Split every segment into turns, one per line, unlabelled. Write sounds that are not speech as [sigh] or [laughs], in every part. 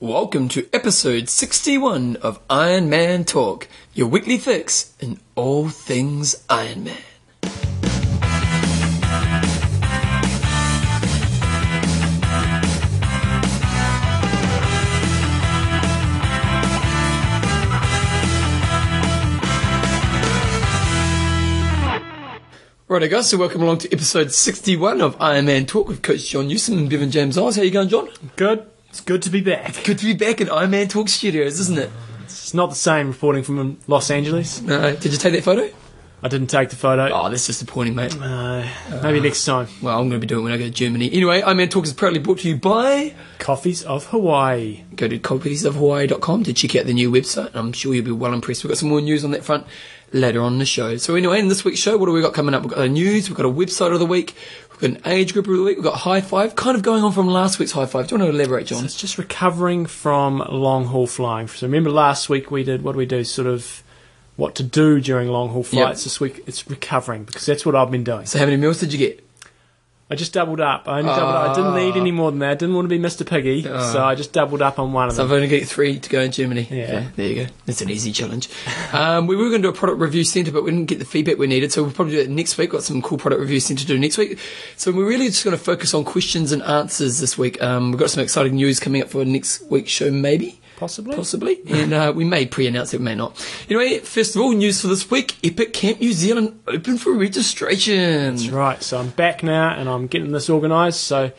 Welcome to episode 61 of Iron Man Talk, your weekly fix in all things Iron Man. Righto guys, so welcome along to episode 61 of Iron Man Talk with Coach John Newsom and Bevan James Oz. How you going, John?
Good. It's good to be back.
Good to be back in Iron Man Talk Studios, isn't it?
It's not the same reporting from Los Angeles.
No, Uh, did you take that photo?
I didn't take the photo.
Oh, that's disappointing, mate.
Uh, maybe next time.
Well, I'm going to be doing it when I go to Germany. Anyway, Iron Man Talk is proudly brought to you by.
Coffees of Hawaii.
Go to copiesofhawaii.com to check out the new website, and I'm sure you'll be well impressed. We've got some more news on that front later on in the show. So, anyway, in this week's show, what do we got coming up? We've got the news, we've got a website of the week, we've got an age group of the week, we've got high five, kind of going on from last week's high five. Do you want to elaborate, John?
It's just recovering from long haul flying. So remember last week we did what do we do sort of what to do during long haul flights. This week it's recovering because that's what I've been doing.
So, how many meals did you get?
I just doubled up. I only doubled up. I didn't
Uh.
need any more than that. I didn't want to be Mr. Piggy, so I just doubled up on one of
So
them.
I've only got three to go in Germany.
Yeah.
So there you go. It's an easy challenge. [laughs] Um, we were going to do a product review centre, but we didn't get the feedback we needed, so we'll probably do that next week. Got some cool product review centre to do next week. So we're really just going to focus on questions and answers this week. Um, we've got some exciting news coming up for next week's show, maybe.
Possibly.
Possibly. And uh, we may pre announce it, we may not. Anyway, first of all, news for this week Epic Camp New Zealand open for registration.
That's right. So I'm back now and I'm getting this organised. So,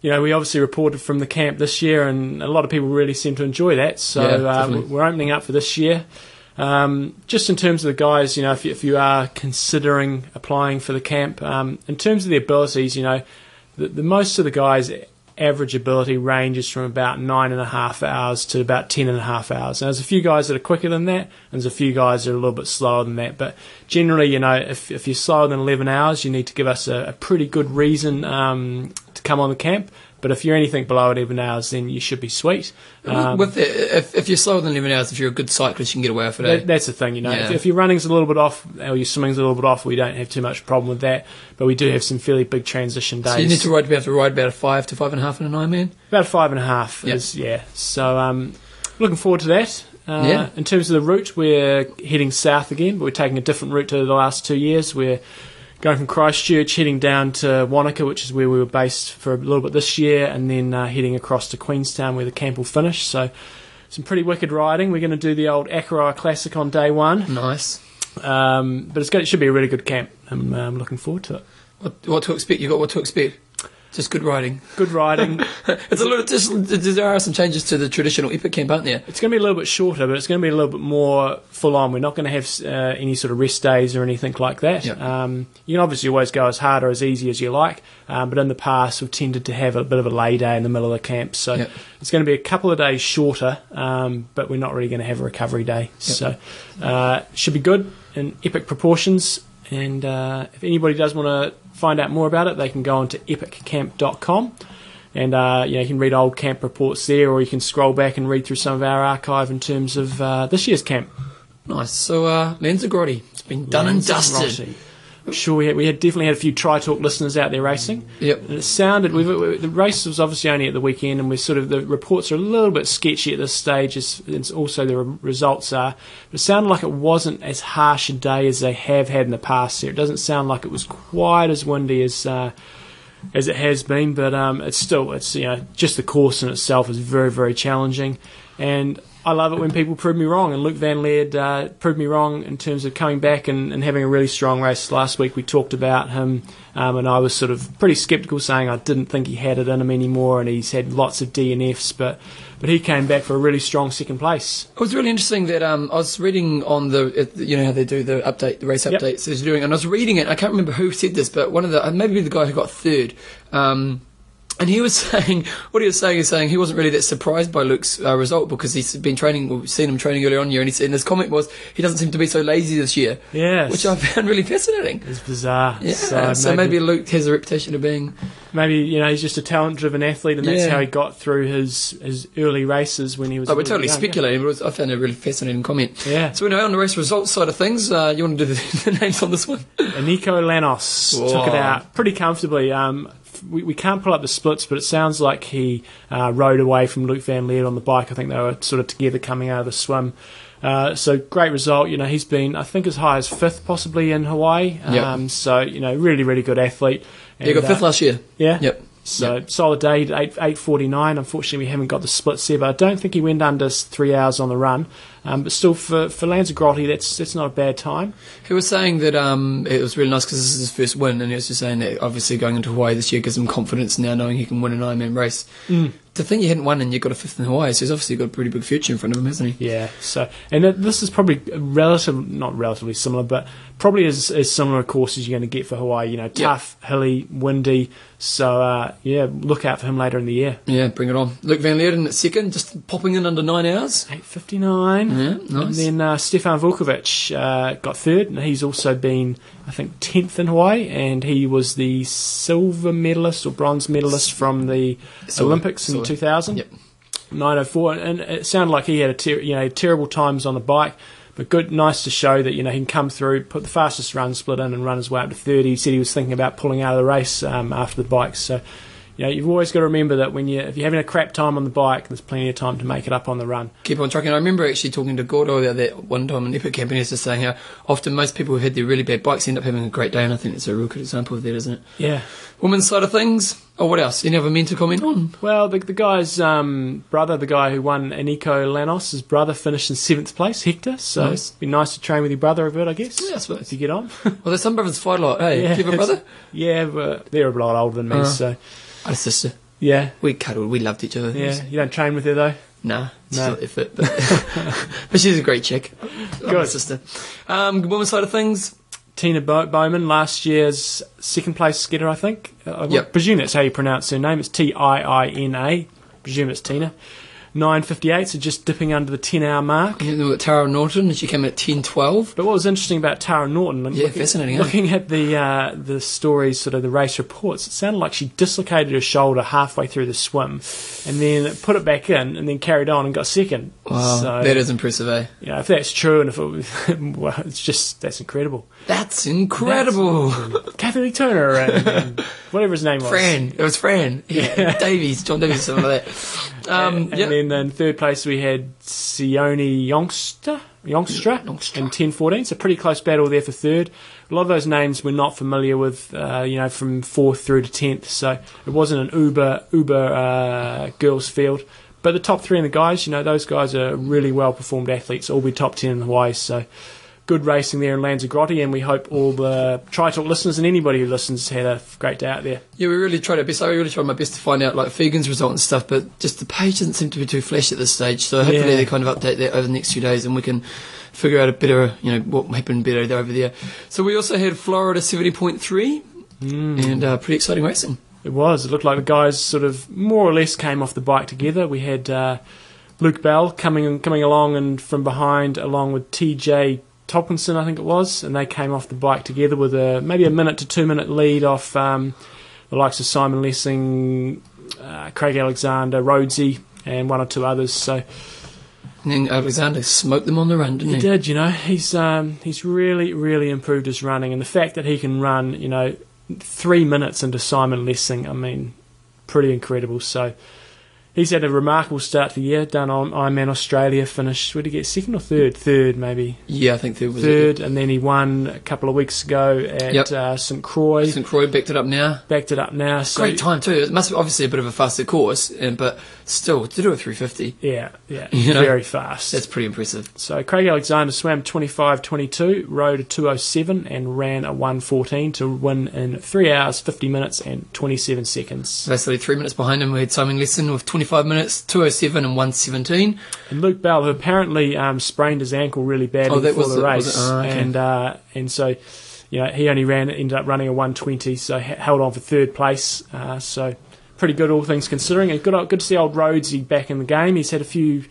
you know, we obviously reported from the camp this year and a lot of people really seem to enjoy that. So
Yeah,
uh,
definitely.
we're opening up for this year. Um, just in terms of the guys, you know, if you, if you are considering applying for the camp, um, in terms of the abilities, you know, the, the most of the guys' average ability ranges from about nine and a half hours to about ten and a half hours. Now, there's a few guys that are quicker than that, and there's a few guys that are a little bit slower than that. But generally, you know, if, if you're slower than 11 hours, you need to give us a, a pretty good reason um, to come on the camp. But if you're anything below 11 hours, then you should be sweet. Um,
With the, if, if you're slower than 11 hours, if you're a good cyclist, you can get away with it. eh?
that, that's the thing, you know. If,
Yeah.
if your running's a little bit off or your swimming's a little bit off, we don't have too much problem with that. But we do have some fairly big transition days.
So you need to ride to be able to ride about a five to five and a half in an Ironman.
About five and a half
Yeah.
is yeah. So um, looking forward to that. Uh,
Yeah.
In terms of the route, we're heading south again, but we're taking a different route to the last two years. We're going from Christchurch, heading down to Wanaka, which is where we were based for a little bit this year, and then uh, heading across to Queenstown, where the camp will finish. So some pretty wicked riding. We're going to do the old Akarai Classic on day one,
Nice.
um, but it's going, it should be a really good camp. I'm um, looking forward to it.
What, what to expect? You got what to expect? Just good riding. [laughs]
Good riding.
It's a little. Just, there are some changes to the traditional epic camp, aren't there?
It's going to be a little bit shorter, but it's going to be a little bit more full on. We're not going to have uh, any sort of rest days or anything like that.
Yeah.
Um, you can obviously always go as hard or as easy as you like, um, but in the past we've tended to have a bit of a lay day in the middle of the camp. So
Yeah.
it's going to be a couple of days shorter, um, but we're not really going to have a recovery day. So uh, should be good in epic proportions. And uh, if anybody does want to find out more about it, they can go on to epiccamp.com and uh, you know you can read old camp reports there, or you can scroll back and read through some of our archive in terms of uh, this year's camp.
Nice. So, uh, Lanzagrotti, it's been done and dusted.
Lanzarote. I'm sure we had, we had definitely had a few tri talk listeners out there racing.
Yep.
And it sounded we've, we, the race was obviously only at the weekend, and we're sort of the reports are a little bit sketchy at this stage. As, as also the re- results are, but it sounded like it wasn't as harsh a day as they have had in the past. Here, it doesn't sound like it was quite as windy as. Uh, as it has been, but um, it's still it's you know just the course in itself is very very challenging, and I love it when people prove me wrong. And Luke Van Leerd uh, proved me wrong in terms of coming back and, and having a really strong race last week. We talked about him, um, and I was sort of pretty sceptical, saying I didn't think he had it in him anymore, and he's had lots of DNFs, but but he came back for a really strong second place.
It was really interesting that um, I was reading on the, uh, you know how they do the update, the race
Yep.
updates as you're doing, and I was reading it. I can't remember who said this, but one of the uh, maybe the guy who got third, um, and he was [laughs] saying what he was saying is saying he wasn't really that surprised by Luke's uh, result because he's been training, we've seen him training earlier on in the year, and, he, said- and his comment was he doesn't seem to be so lazy this year,
Yes,
which I found really fascinating.
is bizarre.
Yeah, so, maybe, Luke has a reputation of being
Maybe you know he's just a talent-driven athlete, and that's
Yeah.
how he got through his his early races when he was.
like Oh, we're
really
totally
young.
speculating, but it was, I found it a really fascinating comment.
Yeah,
So anyway, on the race results side of things, uh, [laughs] you want to do the, the names on this one?
And Nico Lanos
Whoa.
took it out pretty comfortably. Um, we, we can't pull up the splits, but it sounds like he uh, rode away from Luke Van Leer on the bike. I think they were sort of together coming out of the swim. Uh, so great result. You know, he's been, I think, as high as fifth possibly in Hawaii.
Yep.
Um, so, you know, really, really good athlete.
He got
And,
fifth
uh,
last year.
Yeah.
Yep.
So solid day, eight eight forty nine. Unfortunately, we haven't got the splits there, but I don't think he went under s- three hours on the run. Um, but still, for for Lanzarote, that's that's not a bad time.
He was saying that um, it was really nice because this is his first win, and he was just saying that obviously going into Hawaii this year gives him confidence now, knowing he can win an Ironman race. Mm. To think he hadn't won and you got a fifth in Hawaii, so he's obviously got a pretty big future in front of him, hasn't he?
Yeah. So, and th- this is probably relative, not relatively similar, but probably as as similar a course as you're going to get for Hawaii. You know, tough, hilly, windy. So, uh, yeah, look out for him later in the year.
Yeah, bring it on. Luke Van Leerden at second, just popping in under nine hours.
Eight fifty nine.
Yeah,
And
nice.
then uh, Stefan Vukovic uh, got third, and he's also been, I think, tenth in Hawaii, and he was the silver medalist or bronze medalist from the
Silver,
Olympics in
silver.
two thousand.
Yep.
Nine oh four, and it sounded like he had a ter- you know terrible times on the bike, but good, nice to show that you know he can come through, put the fastest run split in, and run his way up to thirty. He said he was thinking about pulling out of the race um, after the bike, so. You know, you've always got to remember that when you if you're having a crap time on the bike, there's plenty of time to make it up on the run.
Keep on trucking. I remember actually talking to Gordo about that one time in Epic Camp, and he was just saying how often most people who had their really bad bikes end up having a great day, and I think that's a real good example of that, isn't it?
Yeah.
Women's side of things. Oh, what else? Any other men to comment on?
Well, the, the guy's um, brother, the guy who won Aniko Lanos, his brother finished in seventh place, Hector. So
Nice.
it'd be nice to train with your brother a bit, I guess.
Yeah, I
If
suppose.
you get on.
Well, there's some brothers fight a lot, hey?
Yeah.
Do you have a [laughs] brother?
yeah, but they're a lot older than me,
Uh.
so
I had a sister.
yeah.
We cuddled. We loved each other. It was-
Yeah, you don't train with her though.
Nah, she's
No.
not effort, but, [laughs] but she's a great chick. Good
Good.
sister. Um, woman's side of things.
Tina Bow- Bowman, last year's second place skitter, I think. Uh, I
Yep.
presume that's how you pronounce her name. It's T I I N A. Presume it's Tina. 9.58, so just dipping under the 10 hour mark.
You know, Tara Norton, and she came in at ten twelve.
But what was interesting about Tara Norton, and
Yeah,
looking,
fascinating, eh?
looking at the uh, the stories, sort of the race reports, it sounded like she dislocated her shoulder halfway through the swim, and then put it back in, and then carried on and got second.
Wow,
so,
that is impressive, eh?
you know, if that's true, and if it was, [laughs] well, it's just that's incredible.
That's incredible.
Kathleen Turner
[laughs]
and, and whatever his name was.
Fran, it was Fran. Yeah, [laughs] Davies, John Davies, something like [laughs] that. Um,
and
yeah.
then in third place we had Sione Youngster, Youngstra,
Youngstra.
in ten fourteen. So pretty close battle there for third. A lot of those names we're not familiar with, uh, you know, from fourth through to tenth. So it wasn't an uber uber uh, girls field. But the top three and the guys, you know, those guys are really well performed athletes. All be top ten in Hawaii. So good racing there in Lanzarote, and we hope all the Tri Talk listeners and anybody who listens had a great day out there.
yeah, we really tried our best. I really tried my best to find out like Fegan's result and stuff, but just the page doesn't seem to be too flashy at this stage. So hopefully
Yeah.
they kind of update that over the next few days, and we can figure out a better, you know, what happened better there over there. So we also had Florida seventy point three,
Hmm.
and uh, pretty exciting racing.
It was. It looked like the guys sort of more or less came off the bike together. We had uh, Luke Bell coming coming along and from behind, along with TJ Tolkinson, I think it was, and they came off the bike together with a maybe a minute to two minute lead off um, the likes of Simon Lessing, uh, Craig Alexander, Rhodesy, and one or two others. So
And then Alexander smoked them on the run, didn't
he
he?
did, you know. He's um, he's really, really improved his running, and the fact that he can run, you know, three minutes into Simon Lessing, I mean, pretty incredible. So he's had a remarkable start to the year. Done on Ironman Australia, finished. Where did he get second or third? Third, maybe
Yeah, I think third was it.
third, and then he won a couple of weeks ago at
Yep.
uh, St Croix.
St. Croix backed it up now.
Backed it up now. So
Great time too. It must be obviously a bit of a faster course, and, but still to do a three fifty.
Yeah, yeah,
You know?
very fast.
That's pretty impressive.
So Craig Alexander swam 25.22, rode a 207, and ran a 114 to win in 3 hours, 50 minutes, and 27 seconds.
Basically, three minutes behind him, we had Simon Lesson with 25 minutes, 207 and 117.
And Luke Bell, who apparently um, sprained his ankle really badly
Oh, that
before
was
the
the-
race,
was it? Oh, okay.
and uh, and so you know he only ran ended up running a 120, so h- held on for third place. Uh, so pretty good, all things considering. And good, good to see old Rhodesy back in the game. He's had a few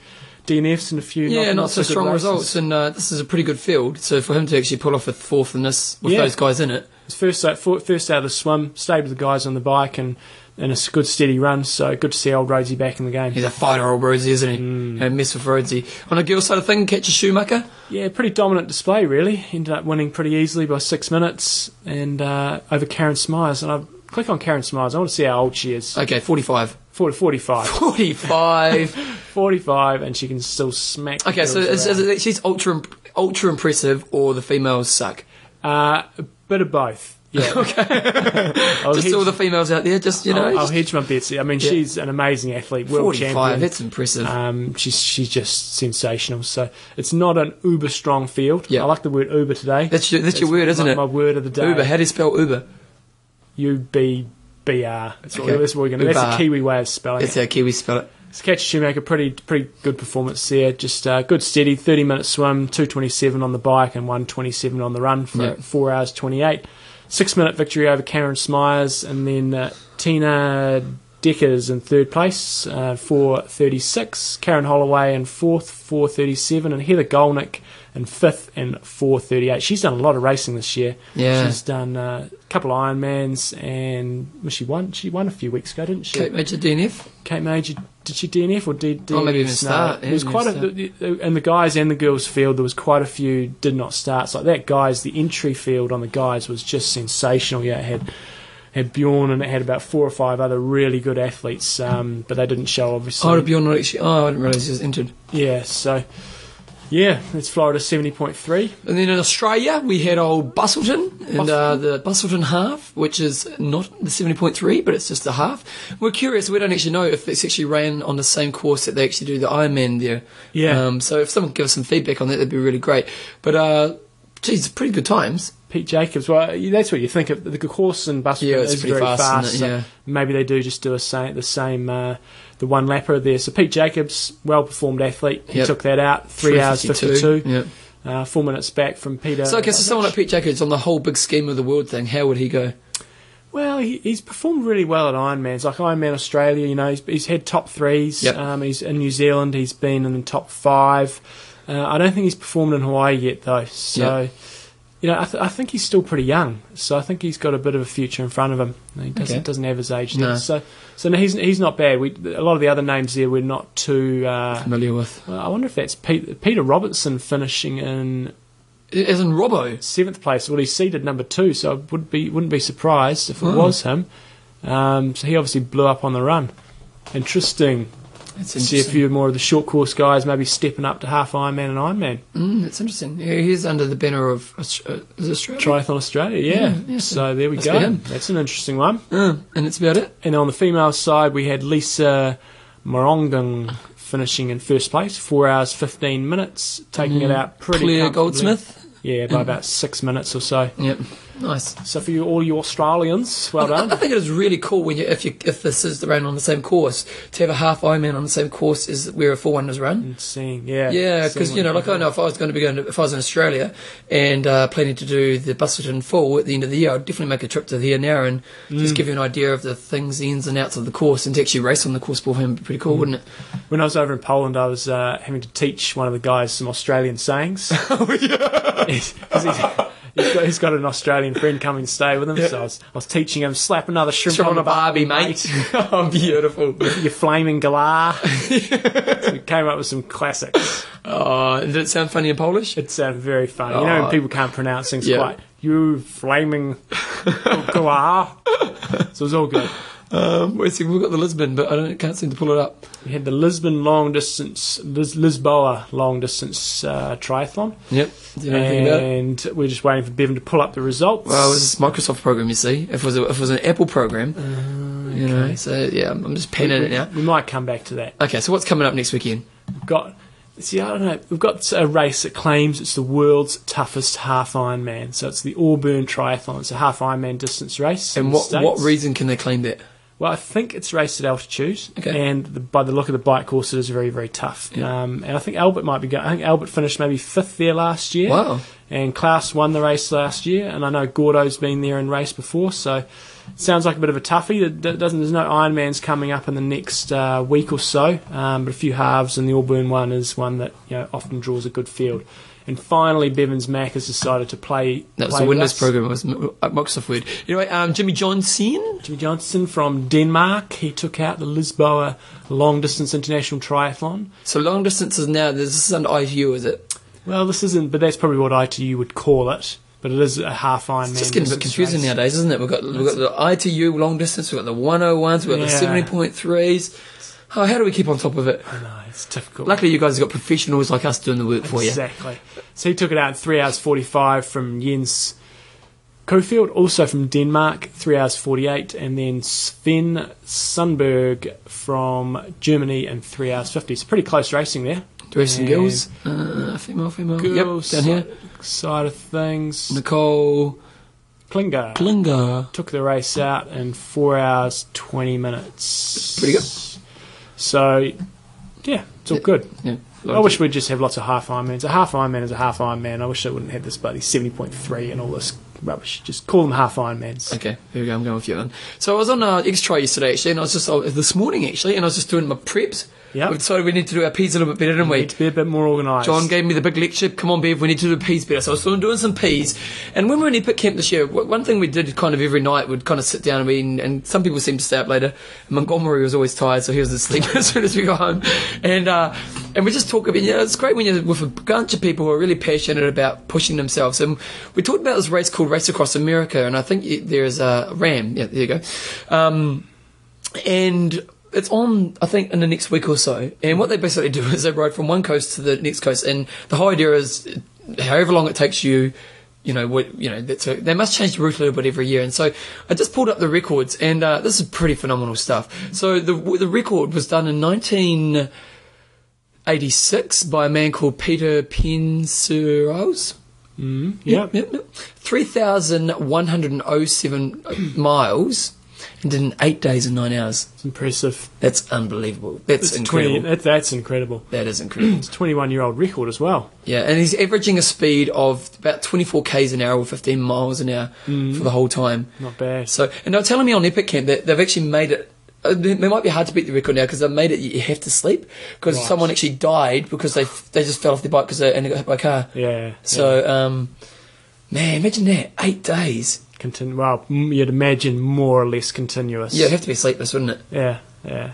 DNFs and a few
Yeah, not, so,
good
strong
races.
results, and uh, this is a pretty good field. So for him to actually pull off a fourth in this with
Yeah.
those guys in it,
His first out, fir- first out of the swim, stayed with the guys on the bike, and and it's a good steady run. So good to see old Rosie back in the game.
he's a fighter, old Rosie, isn't he?
Mm.
And mess with Rosie. On a girl side of thing, catch a Schumacher.
Yeah, pretty dominant display really. Ended up winning pretty easily by six minutes, and uh, over Karen Smyers. And I click on Karen Smiles. I want to see how old she is.
Okay, [laughs] 45.
40,
[laughs]
45.
45.
45, and she can still smack.
okay, so
girls
it's,
around.
it's- she's ultra imp- ultra impressive, or the females suck.
Uh, a bit of both.
[laughs]
Yeah. okay. I'll
Just
hedge,
all the females out there, just you know,
I'll, I'll
just
hedge my bets. I mean,
Yeah.
she's an amazing athlete, oh, world
45.
champion.
That's impressive.
Um, she's she's just sensational. So it's not an uber strong field.
Yeah.
I like the word uber today.
that's your, that's your word, isn't
my,
it?
My word of the day.
Uber. How do you spell Uber?
U B B R. That's what
Okay.
that's what we're going to. That's
Ubar.
the Kiwi way of spelling
That's
it.
how Kiwis spell it.
So Catch Shoemaker, pretty pretty good performance there. Just uh, good steady, thirty minute swim, two twenty seven on the bike and one twenty seven on the run for
Yeah.
four hours twenty eight. Six minute victory over Karen Smyers and then uh, Tina Deckers in third place, uh, four thirty six. Karen Holloway in fourth, four thirty seven, and Heather Golnick in fifth and four thirty eight. She's done a lot of racing this year.
Yeah.
she's done uh, a couple of Ironmans and well, she won. She won a few weeks ago, didn't she?
Kate Major DNF.
Kate Major, did she DNF or did DNF?
Oh, maybe even
No,
start.
There was
Yeah,
quite a,
even
the, the- and the guys and the girls field. There was quite a few did not start. So like that guys, the entry field on the guys was just sensational. Yeah, it had had Bjorn and it had about four or five other really good athletes, um, but they didn't show obviously.
Oh, it'll be on not actually. Oh, I didn't realise he was injured.
yeah, so yeah, it's Florida seventy point three.
And then in Australia, we had old Bustleton and uh, the Bustleton half, which is not the 70.3, but it's just the half. We're curious, we don't actually know if it's actually ran on the same course that they actually do the Ironman there.
Yeah.
Um, so if someone could give us some feedback on that, that'd be really great. But, uh, geez, pretty good times.
Pete Jacobs. Well, you- that's what you think of the course and bus.
Yeah,
route
it's
is
pretty
very
fast,
fast.
isn't
so
it? Yeah.
maybe they do just do a same, the same, uh, the one lapper there. So Pete Jacobs, well performed athlete. He
Yep.
took that out three, hours fifty-two,
Yeah.
uh, four minutes back from Peter.
So I guess if someone like Pete Jacobs on the whole big scheme of the world thing, how would he go?
Well, he, he's performed really well at Ironmans, like Ironman Australia. You know, he's, he's had top threes.
Yep.
Um, he's in New Zealand. He's been in the top five. Uh, I don't think he's performed in Hawaii yet, though. So, you know, I, th- I think he's still pretty young. So I think he's got a bit of a future in front of him. He doesn't
Okay.
doesn't have his age
No.
now. So, so no, he's he's not bad. We a lot of the other names there we're not too. Uh,
Familiar with.
well, I wonder if that's Pete, Peter Robertson finishing in
As in Robbo.
seventh place. Well, he's seeded number two, so I would be wouldn't be surprised if it
Oh.
was him. Um, so he obviously blew up on the run. Interesting.
That's
to See a
interesting.
few more of the short course guys maybe stepping up to half Ironman and Ironman
Mm, that's interesting. Yeah, he's under the banner of Aus- uh, is it Australia.
Triathlon Australia. Yeah.
Yeah, yeah, so
so there we
must be
go.
him.
That's an interesting one.
Mm, and that's about it.
And on the female side, we had Lisa Morongang finishing in first place, four hours fifteen minutes, taking it out pretty.
Mm. Clear
comfortably.
Goldsmith.
Yeah, by about six minutes or so.
Yep. Nice.
So for you, all you Australians, well
I, I
done.
think it is really cool when you if you if this is the run on the same course to have a half Ironman on the same course as where a full one is run.
And seeing, yeah,
Yeah, because
seeing
you
what
know, like I know if I was going to be going to, if I was in Australia and uh, planning to do the Bustleton Fall at the end of the year, I'd definitely make a trip to here now and just give you an idea of the things, the ins and outs of the course, and to actually race on the course beforehand would be pretty cool, [laughs] wouldn't it?
When I was over in Poland, I was uh, having to teach one of the guys some
[laughs]
Australian sayings. [laughs]
Oh,
He's- he's- he's got- he's got an Australian friend coming to stay with him, so I was, I was teaching him slap another shrimp,
Shrimp
on the barbie,
mate. [laughs] oh, beautiful.
[laughs] Your
[laughs]
flaming galah. so we came up with some classics.
Oh, did it sound funny in Polish?
It sounded very funny. You know,
Oh.
when people can't pronounce things
Yeah.
quite. You flaming galah. So it was all good.
Um, wait, see, we've got the Lisbon, but I don't, can't seem to pull it up.
We had the Lisbon long distance, Lis- Lisboa long distance uh, triathlon.
Yep. Do you know anything about it?
and we're just waiting for Bevan to pull up the results.
Uh, Well, it was this Microsoft program, you see. If it was, a, if it was an Apple program, you know. So yeah, I'm I'm just penning it now.
We might come back to that.
Okay, so what's coming up next weekend?
We've got see, I don't know. We've got a race that claims it's the world's toughest half Ironman. So it's the Auburn Triathlon. It's a half Ironman distance race. in
And
the
what what
States.
reason can they claim that?
Well, I think it's raced at altitude,
Okay.
and the, by the look of the bike course, it is very very tough.
Yeah.
Um, and I think Albert might be going. I think Albert finished maybe fifth there last year.
Wow.
And Klaus won the race last year, and I know Gordo's been there and raced before, so it sounds like a bit of a toughie. That- that doesn't, there's no Ironmans coming up in the next uh, week or so, um, but a few halves, and the Auburn one is one that you know often draws a good field. And finally, Bevins Mack has decided to play.
That was the
play with
Windows
us.
program. It was M- uh, Microsoft Word. Anyway, um, Jimmy Johnson.
Jimmy Johnson from Denmark. He took out the Lisboa long distance international triathlon.
So long distances now. This is under ITU, is it?
Well, this isn't, but that's probably what ITU would call it. But it is a half Ironman.
It's just getting a bit
distance
confusing
race.
nowadays, isn't it? We've got we've got the ITU long distance, we've got the 101s, we've got the
Yeah.
seventy point threes. Oh, how do we keep on top of it?
I know it's difficult.
Luckily, you guys have got professionals like us doing the work for you.
Exactly. So he took it out in three hours forty-five from Jens Kofield, also from Denmark, three hours forty-eight, and then Sven Sundberg from Germany in three hours fifty. So pretty close racing there.
Dressing
Yeah.
girls, uh, female, female.
Girls
Yep, down here.
side of things,
Nicole
Klinger
Klinger.
took the race out in four hours twenty minutes.
Pretty good.
So, yeah, it's all good.
Yeah,
I wish we'd just have lots of half Ironmans. A half Ironman is a half Ironman. I wish they wouldn't have this bloody 70.3 and all this rubbish. Just call them half Ironmans.
Okay, here we go. I'm going with you then. So I was on uh, X Trail yesterday, actually, and I was just uh, this morning, actually, and I was just doing my preps.
Yep.
We decided we need to do our P's a little bit better, didn't we?
Need to be a bit more organised.
John gave me the big lecture. Come on, Bev, we need to do the peas better. So I was doing- doing some peas. And when we were in Epic Camp this year, w- one thing we did kind of every night, we'd kind of sit down and we, and some people seemed to stay up later. Montgomery was always tired, so he was asleep [laughs] as soon as we got home. And, uh, and we just talk about, you know, it's great when you're with a bunch of people who are really passionate about pushing themselves. And we talked about this race called Race Across America, and I think y- there is a Ram. Yeah, there you go. Um, and it's on I think in the next week or so. And what they basically do [laughs] is they ride from one coast to the next coast, and the whole idea is however long it takes you. You know, what, you know, that's a, they must change the route a little bit every year. And so I just pulled up the records, and uh, this is pretty phenomenal stuff. So the the record was done in 1986 by a man called Peter Pensuros.
Yep.
Yep, yep. 3,107 miles and did it in eight days and nine hours.
It's impressive.
That's unbelievable. That's
It's 20,
incredible.
that, that's incredible.
That is incredible. [clears throat]
It's a 21 year old record as well.
yeah, and he's averaging a speed of about 24 k's an hour or 15 miles an hour
Mm.
for the whole time.
Not bad.
So, and they're telling me on Epic Camp that they've actually made it. uh, It might be hard to beat the record now because they've made it. You have to sleep because
Right.
someone actually died because they they just fell off their bike because they and they got hit by a car.
yeah.
So, um, man, imagine that eight days.
yeah. Continu- well, m- you'd imagine more or less continuous.
Yeah, it'd have to be sleepless, wouldn't it?
Yeah. Yeah.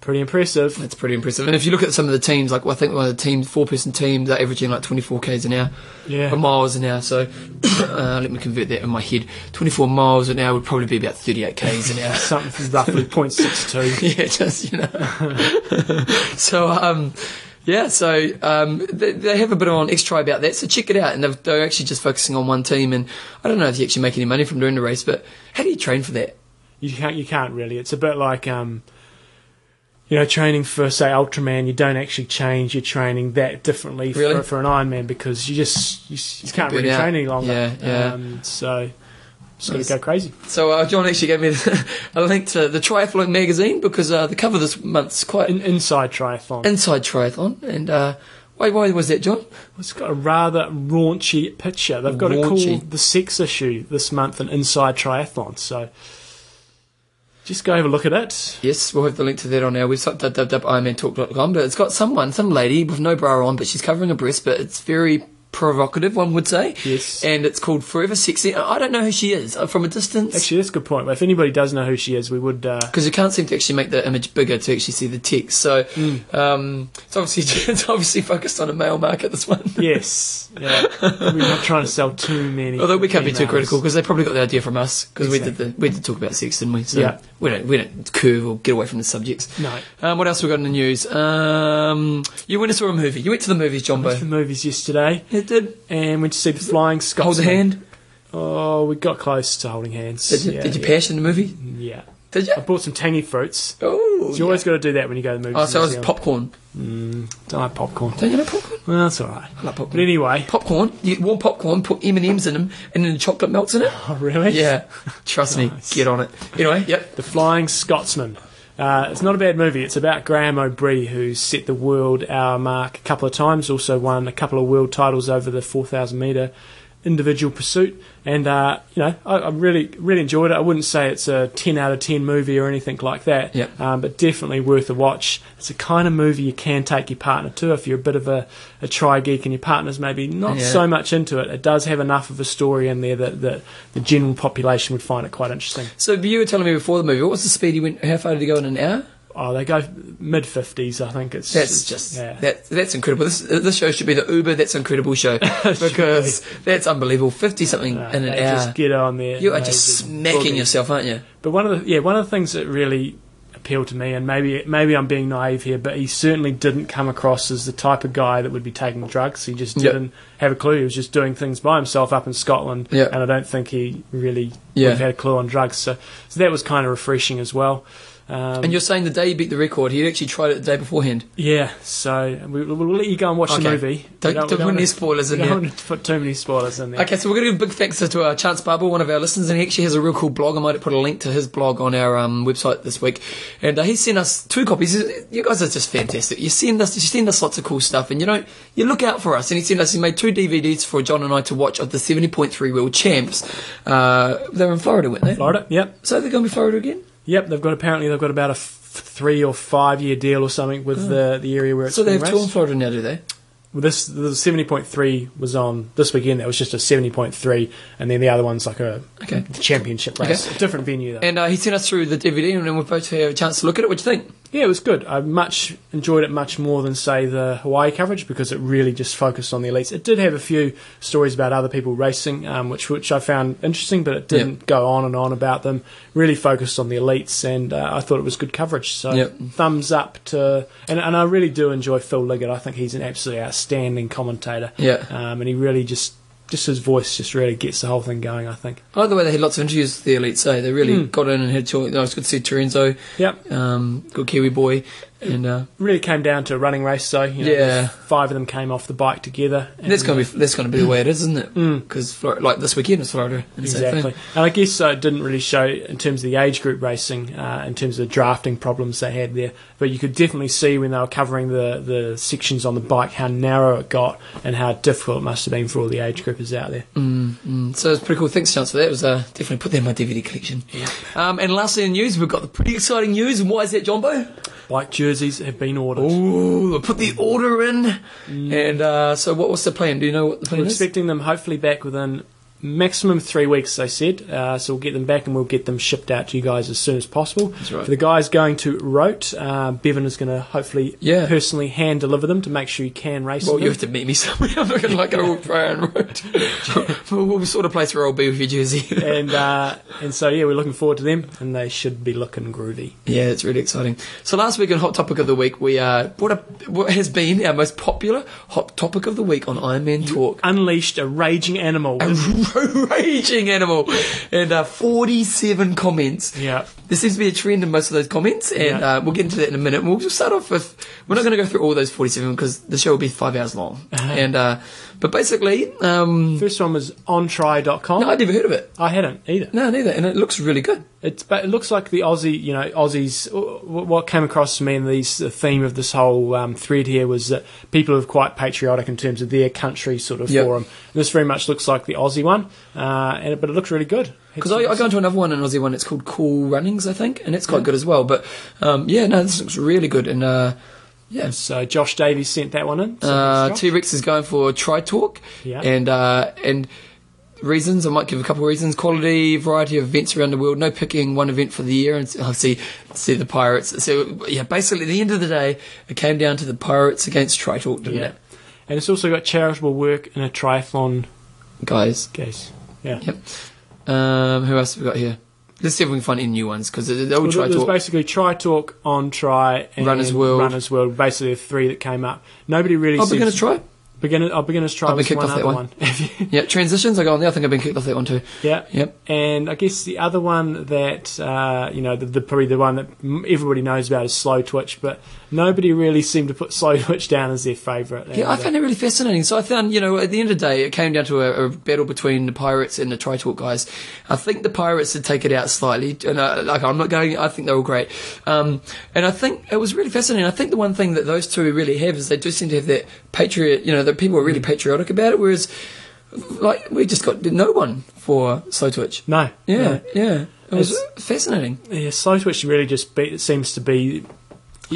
Pretty impressive.
That's pretty impressive. And if you look at some of the teams, like well, I think one of the teams, four person teams, they're averaging like 24 k's an hour,
Yeah.
or miles an hour. So [coughs] uh, let me convert that in my head. 24 miles an hour would probably be about 38 k's
[laughs]
an hour. [laughs]
Something roughly 0.62.
yeah, just you know. [laughs] so um, yeah, so um, they, they have a bit on extra about that. So check it out, and they've, they're actually just focusing on one team. And I don't know if you actually make any money from doing the race, but how do you train for that?
You can't. You can't really. It's a bit like, um, you know, training for say Ultraman. You don't actually change your training that differently
Really?
for, for an Ironman because you just you, s- you can't
burn
really
out.
train any longer.
Yeah, yeah.
Um, so just
Nice.
gotta go crazy.
So uh, John actually gave me [laughs] a link to the Triathlon magazine because uh, the cover this month's quite
In, inside triathlon,
inside triathlon. And uh, why why was that, John?
it's got a rather raunchy picture. They've got to call
Raunchy.
the sex issue this month an inside triathlon. So just go have a look at it.
Yes, we'll have the link to that on our website www.ironmantalk.com. But it's got someone, some lady with no bra on, but she's covering her breast. But it's very provocative, one would say.
Yes.
And it's called Forever Sexy. I I don't know who she is uh, from a distance
Actually, that's a good point. If anybody does know who she is, we would. Uh,
because you can't seem to actually make the image bigger to actually see the text. So
Hmm.
um, it's obviously [laughs] it's obviously focused on a male market. This one.
Yes, yeah. we're not trying to sell too many.
[laughs] Although we can't be too
females.
critical because they probably got the idea from us because we
Exactly.
did the, we did talk about sex, didn't we? So
Yeah.
we don't we don't curve or get away from the subjects.
No.
Um, what else we got in the news? Um, you went and saw a movie. You went to the movies, Jumbo.
The movies yesterday,
It did.
and went to see the Flying Scotsman.
Hold the hand.
Oh, we got close to holding hands.
Did you,
yeah,
did you
yeah.
pass in the movie?
Yeah,
Did you?
I bought some tangy fruits.
Oh,
So you
yeah.
always got to do that when you go to the movies.
oh, so
in
it
New
was
Zealand. Mm,
popcorn.
Don't like popcorn.
Don't you like popcorn?
Well, that's all right.
I like
But
popcorn.
anyway,
Popcorn. You warm popcorn, put M and M's in them, and then the chocolate melts [laughs] in it.
oh, really?
[laughs] Yeah, trust me. Get on it. Anyway, yep.
The Flying Scotsman. Uh, it's not a bad movie. It's about Graham O'Brien, who set the world hour mark a couple of times, also won a couple of world titles over the 4,000 metre individual pursuit. And, uh, you know, I, I really, really enjoyed it. I wouldn't say it's a 10 out of 10 movie or anything like that,
Yep.
um, but definitely worth a watch. It's a kind of movie you can take your partner to if you're a bit of a, a try geek and your partner's maybe not
Yeah.
so much into it. It does have enough of a story in there that, that the general population would find it quite interesting.
So you were telling me before the movie, what was the speed he went? How far did he go in an hour?
oh, they go mid fifties. I think it's
That's
it's-
just
yeah.
that. That's incredible. This this show should be the Uber. That's incredible [laughs] show because that's unbelievable. Fifty something
Uh,
in an
they
hour.
just get on there.
you are
they
just smacking
boogie.
yourself, aren't you?
But one of the yeah, one of the things that really appealed to me, and maybe maybe I'm being naive here, but he certainly didn't come across as the type of guy that would be taking drugs. He just
Yeah.
didn't have a clue. He was just doing things by himself up in Scotland,
Yeah.
and I don't think he really
Yeah.
would have had a clue on drugs. So, so that was kind of refreshing as well. Um,
And you're saying the day he beat the record, he actually tried it the day beforehand.
yeah, so we, we'll let you go and watch
Okay.
the movie.
Don't,
We
don't,
we
put any
wanna-
spoilers
we
in
don't
there.
want to put too many spoilers in there.
Okay, so we're going to give a big thanks to our Chance Barber, one of our listeners, and he actually has a real cool blog. I might put a link to his blog on our um, website this week. And uh, he sent us two copies. You guys are just fantastic. You send us, you send us lots of cool stuff, and you know, you look out for us. And he sent us, he made two DVDs for John and I to watch of the 70.3 World Champs. Uh, they were in Florida, weren't they?
Florida. Yep.
So they're going to be Florida again?
Yep, they've got apparently they've got about a f- three or five year deal or something with the the area where it's
Mm. So they
being
have two in
raced.
Florida now, do they?
Well, this the seventy point three was on this weekend. That was just a seventy point three, and then the other one's like a
Okay.
championship race,
Okay.
a different venue though.
And uh, he sent us through the DVD, and then we've both had a chance to look at it. What do you think?
yeah, it was good. I much enjoyed it much more than say the Hawaii coverage because it really just focused on the elites. It did have a few stories about other people racing, um, which which I found interesting, but it didn't go on and on about them. Really focused on the elites, and uh, I thought it was good coverage. So
Yep.
thumbs up to and and I really do enjoy Phil Liggett. I think he's an absolutely outstanding commentator.
Yeah.
um, and he really just just his voice just really gets the whole thing going. I think.
I like the way they had lots of interviews with the elites. Eh? They really
Mm.
got in and had. Cho- I was good to see Terenzo.
Yep.
um, good Kiwi boy, and uh,
really came down to a running race, so you know,
Yeah.
five of them came off the bike together. And uh,
that's gonna be that's gonna be the way it is, isn't it?
Mm.
Because like this weekend is Florida, and the same thing.
exactly. And I guess uh, it didn't really show in terms of the age group racing, uh, in terms of the drafting problems they had there. But you could definitely see when they were covering the the sections on the bike how narrow it got and how difficult it must have been for all the age groupers out there.
Mm, mm. So it's pretty cool. Thanks, Chance, for that. It was uh, definitely put that in my DVD collection. Um, and lastly, in news, we've got the pretty exciting news. And why is that, Jumbo?
Bike jerseys have been ordered.
Ooh, I put the order in, and uh, so what was the plan? Do you know what the plan
Hmm. We're
is?
expecting them hopefully back within maximum three weeks, they said. Uh, so we'll get them back and we'll get them shipped out to you guys as soon as possible.
right.
For the guys going to Rote, uh, Bevan is going to hopefully
Yeah.
personally hand deliver them to make sure you can race
Well,
in
you
them.
have to meet me somewhere. [laughs] I'm not going to like go all Brian Road. [laughs] Well, what sort of place where I'll be with your jersey?
and uh, and so yeah, we're looking forward to them, and they should be looking groovy.
[laughs] Yeah, it's really exciting. So last week on Hot Topic of the Week, we uh, brought up what has been our most popular Hot Topic of the Week on Iron Man Talk.
Unleashed a raging animal.
A [laughs] raging animal, and uh, 47 comments.
yeah,
There seems to be a trend in most of those comments, and
Yeah.
uh, we'll get into that in a minute. We'll just start off with we're not going to go through all those 47 because the show will be five hours long.
Uh-huh.
And uh, but basically, um,
first one was ontry.com.
no, I'd never heard of it.
I hadn't either.
No, neither, and it looks really good.
It's but it looks like the Aussie, you know, Aussies. wh- wh- What came across to me in these the theme of this whole um, thread here was that people are quite patriotic in terms of their country sort of
Yep.
forum. And this very much looks like the Aussie one, uh, and it- but it looks really good.
Because I, I go into another one, an Aussie one. It's called Cool Runnings, I think, and it's quite good as well. But um, yeah, no, this looks really good. And uh, yeah,
so Josh Davies sent that one in. So
uh,
thanks, Josh.
T Rex is going for Tri Talk,
Yeah.
and uh, and reasons. I might give a couple of reasons: quality, variety of events around the world, no picking one event for the year, and oh, see see the Pirates. So yeah, basically, at the end of the day, it came down to the Pirates against Tri Talk, didn't
yeah,
it,
and it's also got charitable work and a triathlon
guys?
case. Yeah.
Yep. Um, who else have we got here? Let's see if we can find any new ones because they all
Well,
Tri
there's
Talk.
basically Tri Talk, On Try, and
Runner's World.
Runner's World, basically the three that came up. Nobody really
I'll
seems
begin to try.
Beginner, oh, beginner's try
I've been
was
kicked
one
off that
other
one.
one. [laughs]
Yeah, transitions. I go on there. I think I've been kicked off that one too.
yeah.
Yep.
And I guess the other one that uh, you know, the, the probably the one that m- everybody knows about is slow twitch, but nobody really seemed to put [laughs] slow twitch down as their favourite.
Yeah, I
And, uh,
found it really fascinating. So I found, you know, at the end of the day, it came down to a, a battle between the Pirates and the Tri-Talk guys. I think the Pirates did take it out slightly. And I, like, I'm not going, I think they're all great. Um, and I think it was really fascinating. I think the one thing that those two really have is they do seem to have that patriot, you know, that people are
Mm.
really patriotic about it, whereas, like, we just got no one for Slow Twitch.
no,
Yeah, yeah. It was
It's-
fascinating.
no. yeah, slow twitch really just be, it seems to be. You,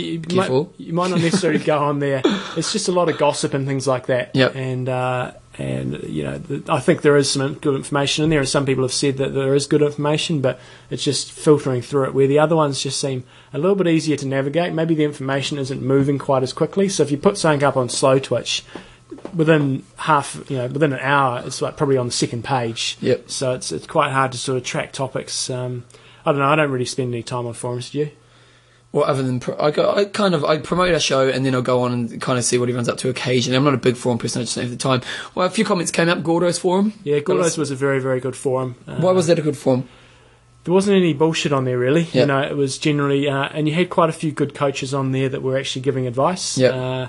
you might,
Careful.
you might not necessarily go on there. It's just a lot of gossip and things like that.
Yep.
And uh, and you know, th I think there is some good information in there, and some people have said that there is good information, but it's just filtering through it. Where the other ones just seem a little bit easier to navigate. Maybe the information isn't moving quite as quickly. So if you put something up on slow twitch, within half, you know, within an hour, it's like probably on the second page.
Yep.
So it's it's quite hard to sort of track topics. Um, I don't know. I don't really spend any time on forums. Do you?
Well, other than pro- I, go, I kind of I promote a show and then I'll go on and kind of see what everyone's up to occasionally. I'm not a big forum person. I just don't have the time. Well, a few comments came up. Gordo's forum.
Yeah,
That was-
Gordos was a very very good forum. Uh,
Why was that a good forum?
there wasn't any bullshit on there really.
Yeah.
You know, it was generally, uh, and you had quite a few good coaches on there that were actually giving advice.
Yeah.
Uh,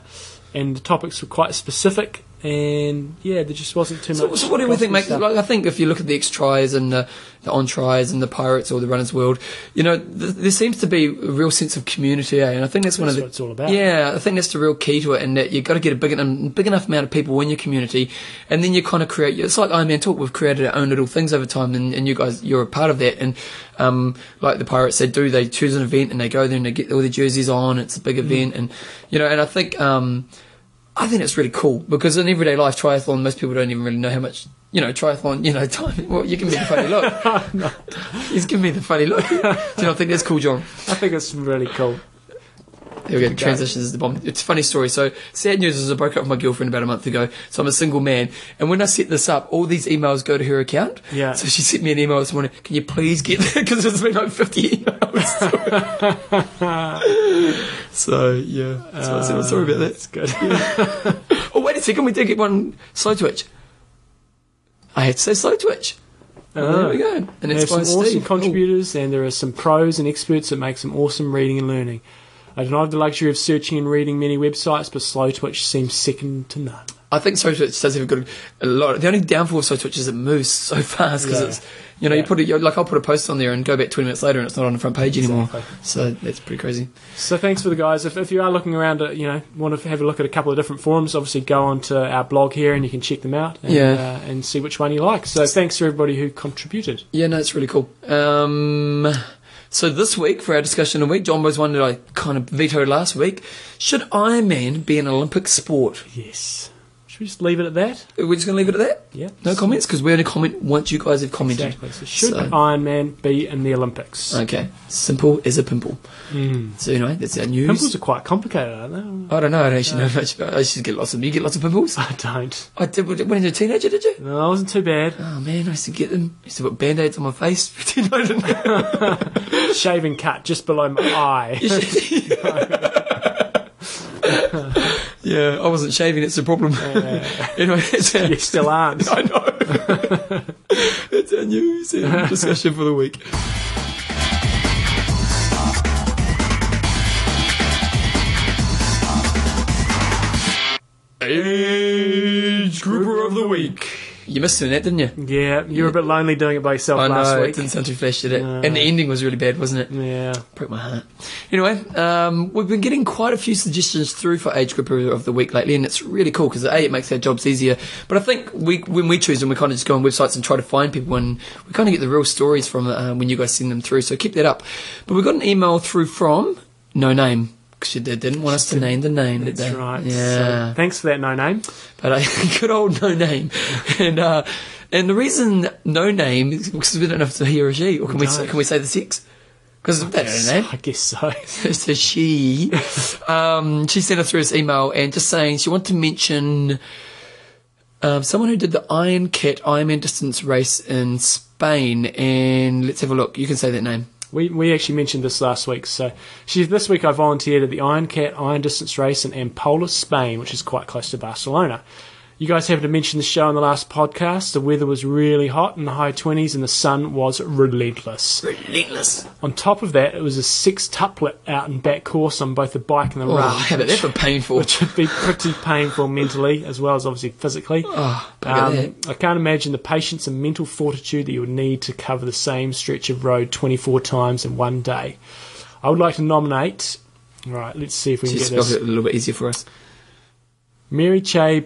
and the topics were quite specific, and yeah, there just wasn't too
So,
much.
so what do we think
gospel
makes
stuff.
like I think if you look at the ex tries and uh, the on tries and the pirates or the runners world, you know th- there seems to be a real sense of community, eh? and I think that's one
That's
of the
what it's all about.
Yeah, I think that's the real key to it, and that you've got to get a big, en- big enough amount of people in your community, and then you kind of create. It's like Iron Man Talk. We've created our own little things over time, and, and you guys, you're a part of that. And um, like the Pirates, they do. They choose an event, and they go there, and they get all their jerseys on. It's a
Mm.
big event, and you know. And I think um, I think it's really cool because in everyday life, triathlon, most people don't even really know how much. You know, triathlon, you know, [laughs] time. Well, you give me the funny look.
[laughs]
He's giving me the funny look. Do you know, I think that's cool, John.
I think it's really cool.
There we go.
Good guy.
Transitions is the bomb. It's a funny story. So, sad news is I broke up with my girlfriend about a month ago. So I'm a single man. And when I set this up, all these emails go to her account.
Yeah.
So she sent me an email this morning. Can you please get [laughs] because it's been like 50 emails. so yeah, that's what I said. I'm sorry about that.
That's good.
Oh wait a second, we did get one slow twitch. I had to say slow twitch. Oh, there we go. [laughs] And
There's
it's
some
by
awesome
Steve.
contributors, and there are some pros and experts that make some awesome reading and learning. I don't have the luxury of searching and reading many websites, but Slow Twitch seems second to none.
I think Slow Twitch does have a good a lot. The only downfall of Slow Twitch is it moves so [laughs] fast because
Yeah.
it's you know you
Yeah.
put it you're, like I'll put a post on there and go back twenty minutes later and it's not on the front page anymore.
Exactly.
So that's pretty crazy.
So thanks for the guys. If, if you are looking around, at, you know, want to have a look at a couple of different forums, obviously go onto our blog here and you can check them out and,
Yeah.
uh, and see which one you like. So thanks to everybody who contributed.
Yeah, no, it's really cool. Um, so this week for our discussion of the week, Jumbo's one that I kind of vetoed last week. Should Ironman be an Olympic sport?
Yes. Should we just leave it at that?
We're just going to leave it at that.
Yeah.
No comments because we're going to comment once you guys have commented.
Exactly. So should
So-
Iron Man be in the Olympics?
Okay, simple as a pimple.
Mm.
So anyway, that's our news.
Pimples are quite complicated, aren't
I don't know. I don't actually know much about. I should get lots of. You get lots of pimples.
they? I don't.
[laughs] I did when you were a teenager, did you?
No, that wasn't too bad.
Oh man, I used to get them. I used to put band-aids on my face. [laughs] pretend I didn't know.
Shaving cut just below my
[laughs]
eye.
yeah, I wasn't shaving. It's a problem. [laughs] anyway, that's our,
you still aren't.
[laughs] I know. [laughs] that's our news and discussion for the week. Age grouper of the week. You missed doing that, didn't you?
Yeah, you were a bit lonely doing it by yourself
I
last
know, it
week.
didn't sound too flash, did it?
No.
And the ending was really bad, wasn't it?
Yeah.
Broke my heart. Anyway, um, we've been getting quite a few suggestions through for Age Group of the Week lately, and it's really cool because, A, it makes our jobs easier, but I think we, when we choose them, we kind of just go on websites and try to find people, and we kind of get the real stories from uh, when you guys send them through, so keep that up. But we got an email through from No Name. Because they didn't want us to name the name, did
That's
they?
right.
Yeah.
So, thanks for that, no name.
But I, [laughs] good old no name. And uh, and the reason no name is because we don't have to he or she. Or can we, say,
don't.
can we say the six? Because that's no name. [laughs]
I guess so.
So she, um, she sent us through this email and just saying she wanted to mention um, someone who did the Iron Cat Ironman distance race in Spain. And let's have a look. You can say that name.
We, we actually mentioned this last week. So she, this week I volunteered at the Iron Cat Iron Distance Race in Ampola, Spain, which is quite close to Barcelona. You guys happened to mention the show in the last podcast. The weather was really hot in the high 20s and the sun was relentless.
Relentless.
On top of that, it was a six tuplet out and back course on both the bike and the
Oh,
run.
I have it. That's been painful.
which would be pretty painful mentally as well as obviously physically.
Oh, look at that.
Um, I can't imagine the patience and mental fortitude that you would need to cover the same stretch of road 24 times in one day. I would like to nominate. All right, let's see if we
She
can get
spelled
this.
it a little bit easier for us.
Mary Che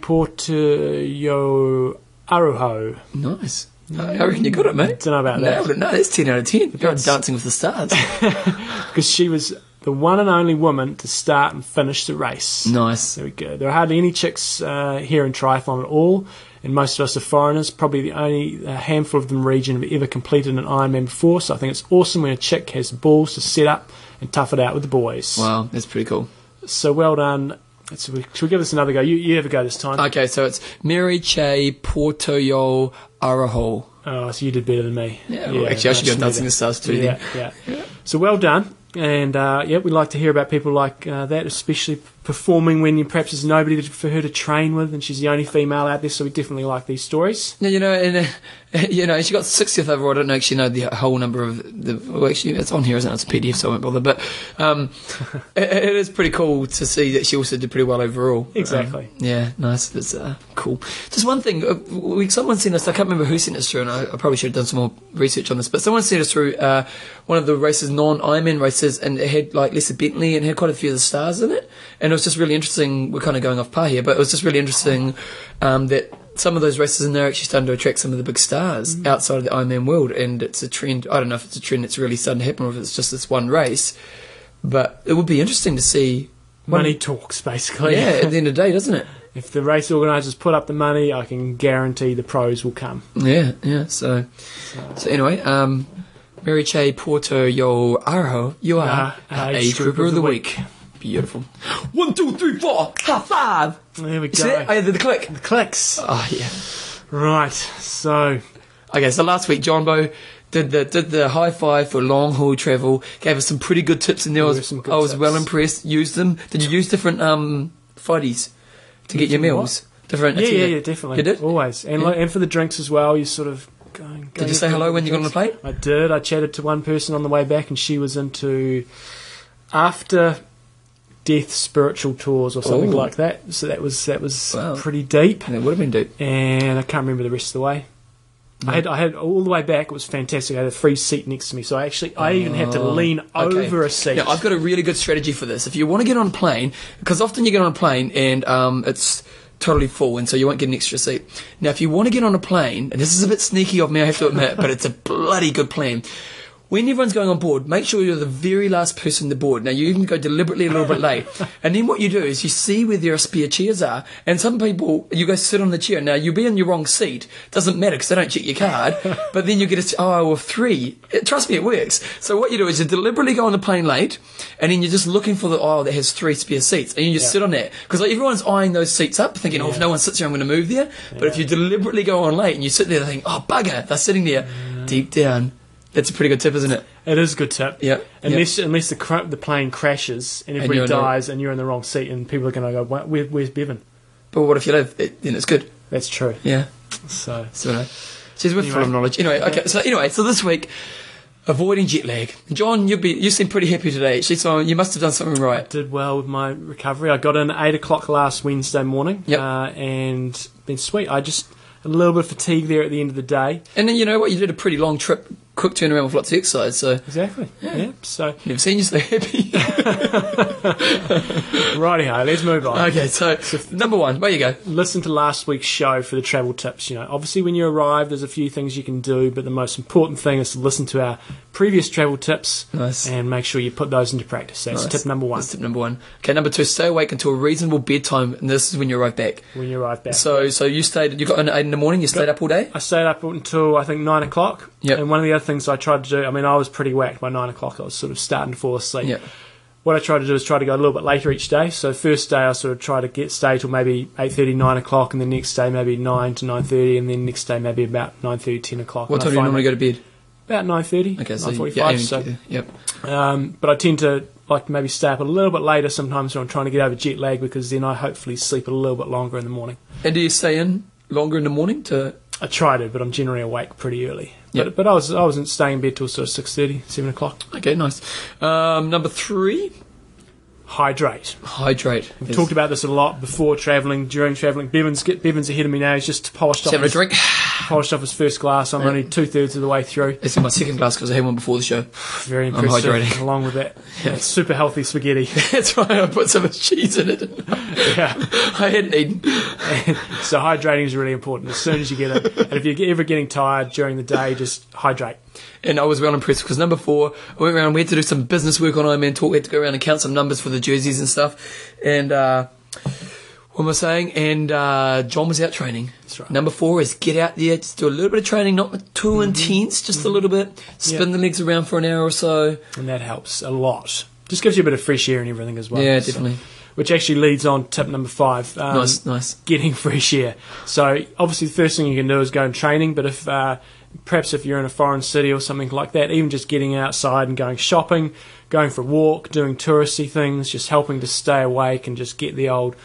Portillo Arujo.
Nice. I reckon you got it, mate.
Don't know about that.
Nailed it. No, that's 10 out of 10. You're on
[laughs] That's-
Dancing with the Stars.
Because she was the one and only woman to start and finish the race.
Nice.
There we go. There are hardly any chicks uh, here in triathlon at all, and most of us are foreigners. Probably the only uh, handful of them region have ever completed an Ironman before. So I think it's awesome when a chick has the balls to set up and tough it out with the boys.
Wow, that's pretty cool.
So well done. Let's, we, should we give this another go? You, you have a go this time.
Okay, so it's Mary Che Portoyol Arahol.
oh, so you did better than me.
Yeah, well, actually, I should
nice
go
to
Dancing
do
with Stars
that.
too. then.
Yeah, yeah. So well done. And uh, yeah, we like to hear about people like uh, that, especially performing when you, perhaps there's nobody to, for her to train with, and she's the only female out there. So we definitely like these stories.
Yeah, you know, and [laughs] uh, you know, she got 60th overall. I don't actually know the whole number of the. Well, actually, it's on here, isn't it? It's a PDF, so I won't bother. But um, [laughs] it, it is pretty cool to see that she also did pretty well overall.
Exactly.
Um, yeah, nice. That's uh, cool. Just one thing. Uh, we, someone sent us. I can't remember who sent us through, and I, I probably should have done some more research on this. But someone sent us through uh, one of the races, non-Ironman races, and it had like Lisa Bentley and it had quite a few of the stars in it. And it was just really interesting. We're kind of going off par here, but it was just really interesting um, that some of those races in there are actually starting to attract some of the big stars outside of the Ironman world, and it's a trend. I don't know if it's a trend that's really starting to happen, or if it's just this one race. But it would be interesting to see. one-
Money talks, basically.
yeah, at the end of the day, doesn't it?
[laughs] if the race organisers put up the money, I can guarantee the pros will come.
Yeah, yeah. So, so anyway, um, Mary Che Porto Yo Arho, you are
Uh,
our age grouper of the week. Beautiful. One, two, three, four, high five.
There we
You see
go.
that? I did the click.
Clicks.
Oh yeah.
Right. So
Okay, so last week Johnbo did the did the high five for long haul travel. Gave us some pretty good tips, and there
There
was
were some good
I was
tips.
well impressed. Used them. Did you use different um fighties to get your
Different what?
meals? Different.
yeah, yeah,
actually,
yeah, definitely.
You did?
always, and
Yeah.
like, and for the drinks as well. You sort of. Go, and- go
Did you say hello when you got on the plane?
I did. I chatted to one person on the way back, and she was into after death spiritual tours or something
Ooh.
like that. So that was that was
Oh. Wow.
pretty deep.
That would have been dope.
and I can't remember the rest of the way. I had I had all the way back. It was fantastic. I had a free seat next to me, so I actually I even had to
Oh,
lean
okay.
over a seat.
Now, I've got a really good strategy for this. If you want to get on a plane, because often you get on a plane and um, it's totally full, and so you won't get an extra seat. Now, if you want to get on a plane, and this is a bit sneaky of me, I have to admit, but it's a bloody good plan. When everyone's going on board, make sure you're the very last person to board. Now, you can go deliberately a [laughs] little bit late. And then what you do is you see where their spare chairs are, and some people, you go sit on the chair. Now, you'll be in your wrong seat. Doesn't matter because they don't check your
[laughs]
card. but then you get a, t- oh, I will have three. It- trust me, it works. So what you do is you deliberately go on the plane late, and then you're just looking for the aisle that has three spare seats, and you just
Yeah.
sit on that. Because like, everyone's eyeing those seats up, thinking, oh, if
Yeah.
no one sits there, I'm going to move there. But if you deliberately go on late and you sit there, they think, oh, bugger, they're sitting there. Deep down, that's a pretty good tip, isn't it?
It is a good tip.
Yep,
Unless unless the cra- the plane crashes and everybody
you're in the-
dies and you're in the wrong seat and people are going to go "Wha- where, where's Bevan?
But what if you live? It, then it's good.
That's true.
Yeah.
So
So no. She's with full
Anyway.
of knowledge. Anyway, okay. So anyway, so this week, avoiding jet lag. John, you be you seem pretty happy today. Actually, so you must have done something
I
right.
did well with my recovery. I got in eight o'clock last Wednesday morning.
Yep.
uh, and been sweet. I just a little bit of fatigue there at the end of the day.
And then you know what? You did a pretty long trip, quick turnaround with lots of exercise. So
Exactly. yeah. So
never seen you so [laughs] happy.
righty ho. Let's move on.
okay, so number one, where you go?
listen to last week's show for the travel tips. You know, obviously when you arrive, there's a few things you can do, but the most important thing is to listen to our previous travel tips
Nice.
and make sure you put those into practice. That's
Nice.
tip number one
That's tip number one. Okay, number two, stay awake until a reasonable bedtime, and this is when you arrive back.
when you arrive back.
So, so you stayed. You got in at eight in the morning. You stayed up all day.
I stayed up until I think nine o'clock.
Yep.
And one of the other things I tried to do, I mean, I was pretty whacked by nine o'clock. I was sort of starting to fall asleep.
Yep.
What I tried to do is try to go a little bit later each day. So first day I sort of try to get stay till maybe eight thirty, nine o'clock, and then next day maybe nine to nine thirty, and then next day maybe about nine thirty, ten o'clock.
What
And I
time do you
find
normally go to bed?
About nine thirty.
Okay, so
nine
you-
forty-five.
yeah,
so,
yep.
um, but I tend to like maybe stay up a little bit later sometimes when I'm trying to get over jet lag because then I hopefully sleep a little bit longer in the morning.
And do you stay in longer in the morning to?
I try to, but I'm generally awake pretty early.
Yep.
But, but I was I wasn't staying in bed till sort of six thirty, seven o'clock.
Okay, nice. Um, number three,
Hydrate.
hydrate.
We've talked about this a lot before travelling, during travelling. Bevan's get Bevan's ahead of me now. He's just polished
Just
off.
having a
His,
drink.
polished off his first glass. I'm only two thirds of the way through.
It's in my second glass because I had one before the show. [laughs]
Very impressive.
hydrating.
Along with
[laughs]
that, that super healthy spaghetti.
That's why I put so much cheese in it.
[laughs] yeah.
[laughs] I hadn't eaten.
[laughs] So hydrating is really important. As soon as you get it, and if you're ever getting tired during the day, just hydrate.
And I was well impressed because number four, I went around, we had to do some business work on Ironman Talk. We had to go around and count some numbers for the jerseys and stuff. And, uh, what am I saying? And, uh, John was out training.
That's right. Mm-hmm.
Number four is get out there, just do a little bit of training, not too intense, just a little bit. Spin
Yeah.
the legs around for an hour or so.
and that helps a lot. Just gives you a bit of fresh air and everything as well.
yeah,
So-
definitely.
which actually leads on to tip number five. Um,
nice, nice.
Getting [laughs] fresh air. So obviously, the first thing you can do is go and training. But if uh, perhaps if you're in a foreign city or something like that, even just getting outside and going shopping, going for a walk, doing touristy things, just helping to stay awake and just get the old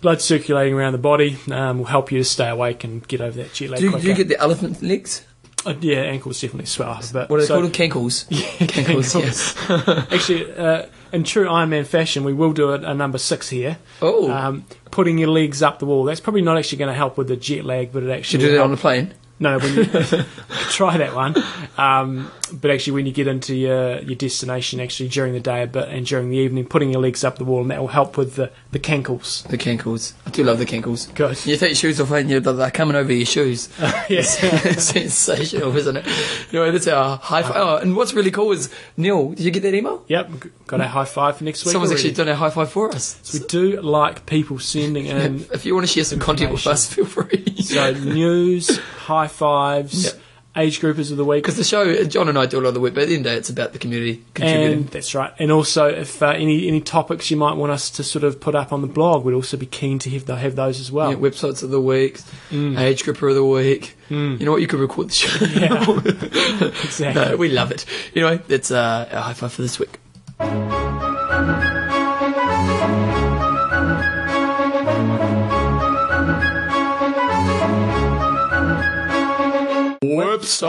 blood circulating around the body um, will help you to stay awake and get over that jet lag
Do you,
quicker.
do you get the elephant legs?
Uh, yeah, ankles definitely swell up a bit.
What are they
So-
called?
[laughs]
Cankles. Cankles, yes.
Actually, uh, in true Ironman fashion, we will do a, a number six here.
Oh,
Um, putting your legs up the wall. That's probably not actually going to help with the jet lag, but it
should
actually
do
will
that on
help-
the plane.
no. When you,
[laughs]
try that one, um, but actually when you get into your your destination, actually during the day a bit and during the evening, putting your legs up the wall, and that will help with the the cankles.
The cankles. I do love the cankles.
Good.
You take your shoes off and you're they're- they're coming over your
[laughs]
shoes.
yes.
It's sensational, isn't it? You know, that's our high five. Oh, and what's really cool is, Neil, did you get that email?
Yep. Got a high five for next week.
Someone's
already.
actually done a high five for us.
So we do like people sending in
[laughs] if you want to share some content with
Information.
us, feel free. [laughs]
So news, high fives,
Yep.
age groupers of the week.
Because the show, John and I do a lot of the work, but at the end of the day, it's about the community contributing.
And that's right. And also, if uh, any any topics you might want us to sort of put up on the blog, we'd also be keen to have, have those as well.
Yeah, websites of the week,
Mm.
age grouper of the week. You know what? You could record the
[laughs]
show.
exactly.
[laughs] no, we love it. Anyway, that's uh, our high five for this week.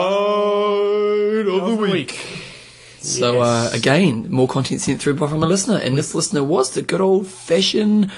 Website of the week.
So
Yes.
uh, again, more content sent through by from a listener, and this listener was the good old fashioned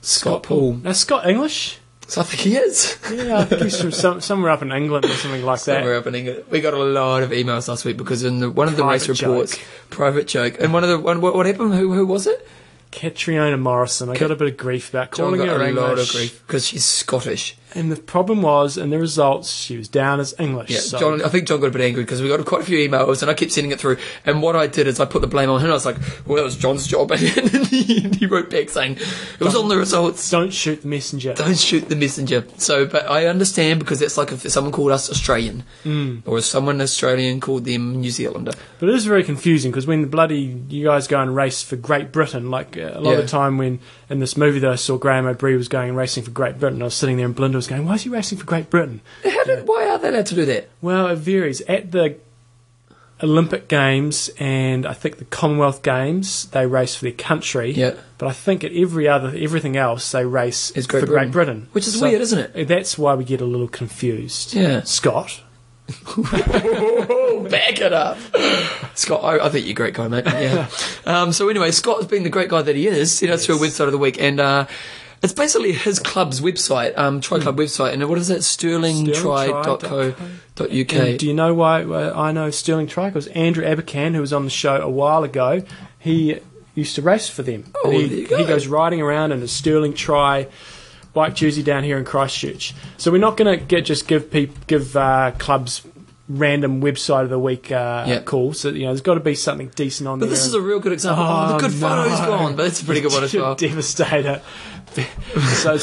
Scott Paul.
Now, Scott English?
So I think he is.
Yeah, I think he's [laughs] from some, somewhere up in England or something like that.
We're opening it. We got a lot of emails last week because in the, one of the
Private
race reports,
joke.
private joke, and one of the one what, what happened? Who who was it?
Catriona Morrison. I got a bit of grief about
John
calling
got
her
a
English.
lot of grief because she's Scottish.
And the problem was, in the results, she was down as English.
Yeah,
so
John. I think John got a bit angry because we got quite a few emails, and I kept sending it through. And what I did is I put the blame on him. I was like, "Well, that was John's job," [laughs] and then he, he wrote back saying, "It was on the results."
don't shoot
[laughs]
the messenger.
Don't shoot the messenger. So, but I understand because that's like if someone called us Australian,
Hmm.
or if someone Australian called them New Zealander.
But it is very confusing because when the bloody you guys go and race for Great Britain, like uh, a lot
Yeah.
of the time when in this movie that I saw Graham O'Brien was going and racing for Great Britain, I was sitting there and Belinda was going, "Why is he racing for Great Britain?"
How did, Why are they allowed to do that?
Well, it varies at the Olympic Games and I think the Commonwealth Games they race for their country.
Yeah.
But I think at every other everything else they race
It's Great
for
Britain.
Great Britain,
Which is weird, isn't it?
That's why we get a little confused.
Yeah.
Scott.
Oh, back it up, Scott. I, I think you're a great guy, mate. Yeah. um, so anyway, Scott has been the great guy that he is. You know, through a website of the week, and uh, it's basically his club's website, um, Tri Club website, and what is it? SterlingTri.co.uk.
And do you know why uh, I know Sterling Trike? It was Andrew Abercan, who was on the show a while ago. He used to race for them.
Oh,
And he,
there you go.
he goes riding around in a Sterling Tri bike jersey down here in Christchurch. So we're not going to get just give peop, give uh, clubs random website of the week uh,
Yeah.
call. So you know, there's got to be something decent on
But
there.
this is a real good example. Oh, the good
no.
photo's gone, but it's a pretty good
[laughs]
one as well.
Devastator. so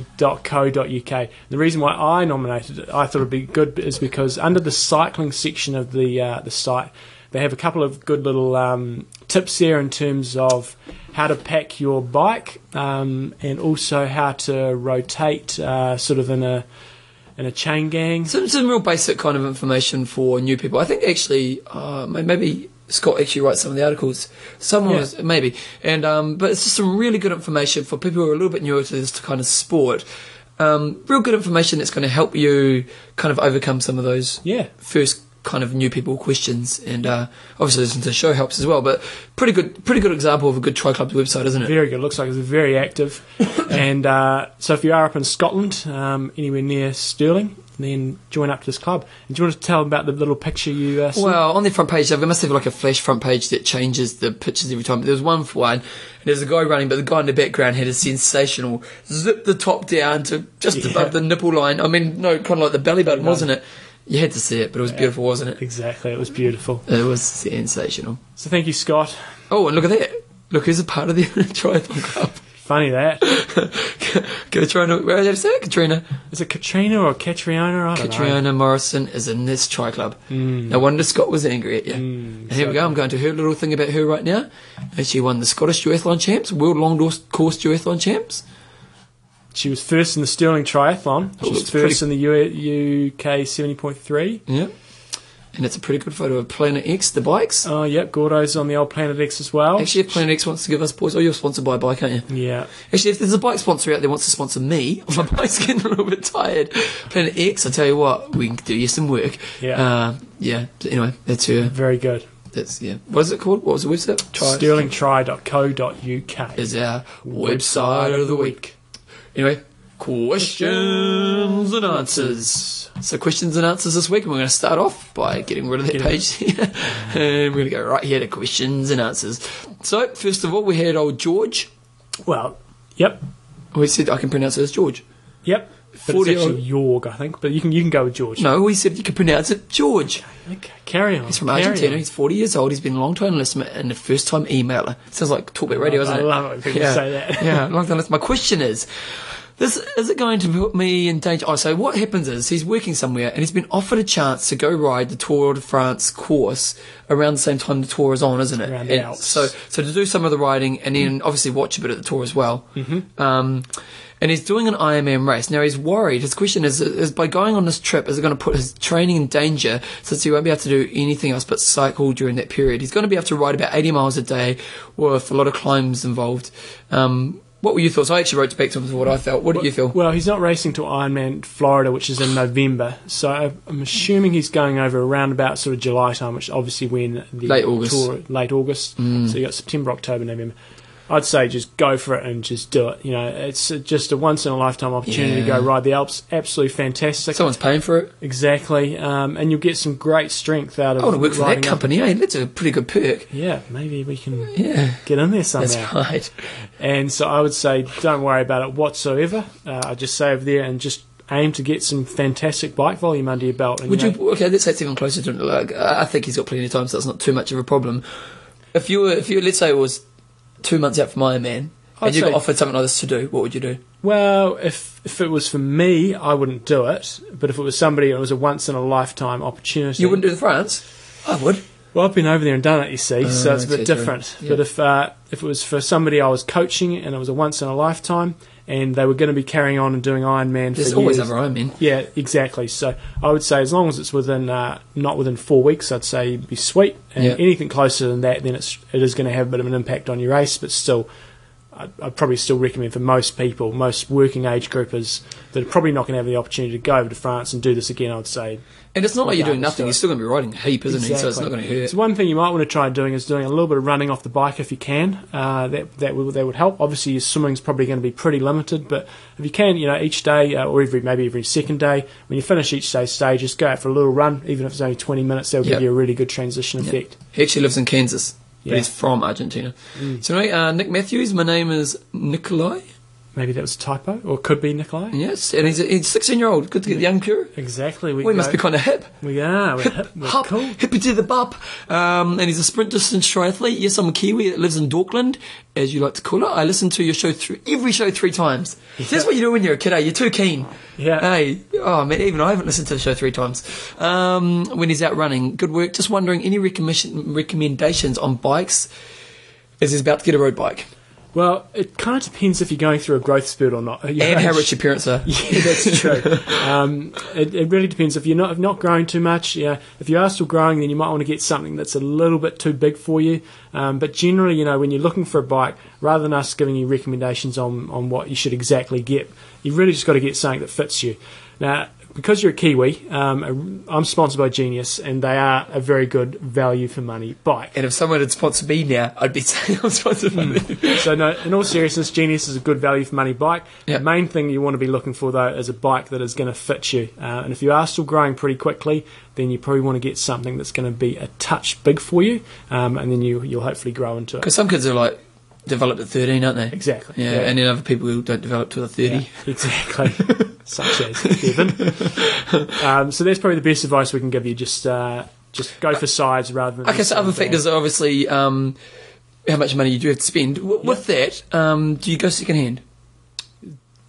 sterlingtry.co.uk. The reason why I nominated it, I thought it'd be good, is because under the cycling section of the uh, the site, they have a couple of good little um, tips there in terms of how to pack your bike um, and also how to rotate, uh, sort of in a in a chain gang.
Some, some real basic kind of information for new people. I think actually, uh, may- maybe Scott actually writes some of the articles. Someone
Yeah.
was, maybe. And, um, but it's just some really good information for people who are a little bit newer to this kind of sport. Um, real good information that's going to help you kind of overcome some of those
Yeah.
first kind of new people questions. And, uh, obviously listening to the show helps as well, but pretty good, pretty good example of a good Tri Club website, isn't it?
Very good. Looks like it's very active. and uh, so if you are up in Scotland, um, anywhere near Stirling, then join up to this club. And do you want to tell them about the little picture you uh, saw?
Well, on the front page, they must have like a flash front page that changes the pictures every time. But there was one for one, and there was a guy running, but the guy in the background had a sensational zip the top down to just
Yeah.
above the nipple line. I mean, no, kind of like the belly button, wasn't it? You had to see it, but it was beautiful, wasn't it?
Exactly, it was beautiful.
It was sensational.
So thank you, Scott.
Oh, and look at that. Look who's a part of the [laughs] triathlon club. [laughs]
Funny that.
Katrina, where did I say it? Katrina?
Is it Katrina or Catriona? I don't know.
Katrina Morrison is in this tri club.
Hmm.
No wonder Scott was angry at you. and here we go. I'm going to her little thing about her right now. And she won the Scottish duathlon champs, world long Dors- course duathlon champs.
She was first in the Sterling Triathlon.
Oh,
She was
looks pretty-
first in the U- UK 70.3.
Yeah. And it's a pretty good photo of Planet X, the bikes.
Oh, yep, Gordo's on the old Planet X as well.
Actually, if Planet X wants to give us boys, oh, you're sponsored by a bike, aren't you?
yeah.
Actually, if there's a bike sponsor out there who wants to sponsor me, [laughs] my bike's getting a little bit tired. Planet X, I tell you what, we can do you some work.
Yeah.
Uh, yeah. Anyway, that's her.
Very good.
That's yeah. What is it called? What was the website? Tri-
SterlingTry.co.uk.
is our website of the week. Anyway, questions and answers. So questions and answers this week, and we're going to start off by getting rid of that
Get
page [laughs] here, and we're going to go right here to questions and answers. So first of all, we had old George.
Well, yep,
We said I can pronounce it as George.
yep. But
40
it's actually Yorg, I think. But you can you can go with George.
No, we said you can pronounce it George.
Okay, carry on.
He's from
carry
Argentina.
on.
He's 40 years old. He's been a long-time listener and a first-time emailer. Sounds like Talkback Radio,
Oh, I
isn't it?
love it when people
yeah.
say
[laughs]
that.
yeah, long-time listener. My question is, this is it going to put me in danger? Oh, so what happens is he's working somewhere and he's been offered a chance to go ride the Tour de France course around the same time the tour is on, isn't it?
Around the
And
Alps.
So, so to do some of the riding and then obviously watch a bit of the tour as well. Mm-hmm. Um, and he's doing an Ironman race. Now he's worried. His question is: Is by going on this trip, is it going to put his training in danger? Since he won't be able to do anything else but cycle during that period, he's going to be able to ride about 80 miles a day, with a lot of climbs involved. Um, what were your thoughts? I actually wrote back to him with what I felt. What did you feel?
Well, he's not racing to Ironman Florida, which is in November. So I- I'm assuming he's going over around about sort of July time, which obviously when the
Late August. Mm.
tour late August. So you got September, October, November. I'd say just go for it and just do it. You know, it's uh, just a once in a lifetime opportunity to
Yeah.
go ride the Alps. Absolutely fantastic.
Someone's paying for it.
Exactly, um, and you'll get some great strength out of.
I want to work for that
riding up-
company. eh? that's a pretty good perk.
Yeah, maybe we can
Yeah,
get in there somehow.
that's right.
And so I would say, don't worry about it whatsoever. Uh, I just say over there and just aim to get some fantastic bike volume under your belt. And,
Would
you?
you,
know,
Okay, let's say it's even closer to. Like, I I think he's got plenty of time, so that's not too much of a problem. If you were, if you let's say it was two months out from Ironman,
I'd
and you got
say-
offered something like this to do, what would you do?
well, if if it was for me, I wouldn't do it. But if it was somebody, it was a once in a lifetime opportunity.
You wouldn't do the France. I would.
Well, I've been over there and done it, you see, so it's a bit
Oh, okay, true.
different.
Yeah.
But if uh, if it was for somebody I was coaching and it was a once in a lifetime, and they were going to be carrying on and doing Ironman
There's
for
always
years,
other Ironman.
Yeah, exactly. So I would say as long as it's within uh, not within four weeks, I'd say you'd be sweet. And
Yeah.
anything closer than that, then it's it is going to have a bit of an impact on your race. But still, I'd, I'd probably still recommend for most people, most working age groupers that are probably not going to have the opportunity to go over to France and do this again. I'd say
And it's not like you're doing
Regardless,
nothing.
though.
You're still going to be riding a heap, isn't he? So it's not going to hurt.
So one thing you might want to try doing is doing a little bit of running off the bike if you can. Uh, that that would, that would help. Obviously, your swimming's probably going to be pretty limited, but if you can, you know, each day uh, or every maybe every second day, when you finish each day's stage, just go out for a little run, even if it's only twenty minutes. That'll
Yeah.
give you a really good transition
Yeah.
effect.
He actually lives in Kansas, but
Yeah. Mm.
he's from Argentina. So anyway, uh, Nick Matthews. My name is Nikolai.
Maybe that was a typo, or could be Nikolai.
Yes, and he's a, he's 16 year old. Good to get young pure.
Exactly.
We must
go-
be kind of hip.
We are. We're, hip, we're
Hop,
cool.
hippie to the bop. Um, and he's a sprint distance triathlete. Yes, I'm a Kiwi that lives in Dorkland, as you like to call it. I listen to your show through every show three times. That's what you do when you're a kiddo. You're too keen.
Yeah.
Hey, oh man, even I haven't listened to the show three times. Um, when he's out running, good work. Just wondering, any recommendation, recommendations on bikes? As he's about to get a road bike,
Well, it kind of depends if you're going through a growth spurt or not. [laughs]
and how rich your parents are.
Yeah, that's true. um, it, it really depends. If you're not if not growing too much, yeah. If you are still growing, then you might want to get something that's a little bit too big for you. Um, but generally, you know, when you're looking for a bike, rather than us giving you recommendations on on what you should exactly get, you really just got to get something that fits you. Now. because you're a Kiwi, um, I'm sponsored by Genius, and they are a very good value for money bike.
And if someone had sponsored me now, I'd be [laughs] saying I'm sponsored by them.
So, no, in all seriousness, Genius is a good value for money bike.
Yeah.
The main thing you want to be looking for though is a bike that is going to fit you. Uh, and if you are still growing pretty quickly, then you probably want to get something that's going to be a touch big for you, um, and then you you'll hopefully grow into it.
Because some kids are like developed at 13, aren't they?
Exactly.
Yeah, and then other people who don't develop till they're 30.
Yeah, exactly. [laughs] Such as Kevin. Um, so that's probably the best advice we can give you. Just uh, just go for sides rather than.
I guess other factors are obviously um, how much money you do have to spend. W- With that, um, do you go secondhand?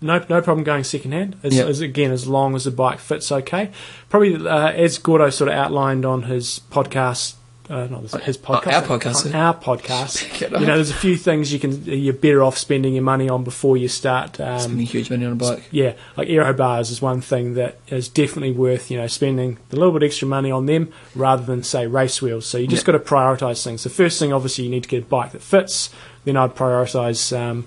No, no problem going secondhand. As,
Yeah.
as again, as long as the bike fits okay. Probably uh, as Gordo sort of outlined on his podcast. Uh, not this- his
Uh, our
podcast.
podcast.
On
[laughs]
our podcast.
Get
you know, there's a few things you can. You're better off spending your money on before you start. Um,
Spending huge money on a bike.
yeah, like aero bars is one thing that is definitely worth you know spending a little bit extra money on them rather than say race wheels. So you just got to prioritize things. The first thing, obviously, you need to get a bike that fits. Then I'd prioritize um,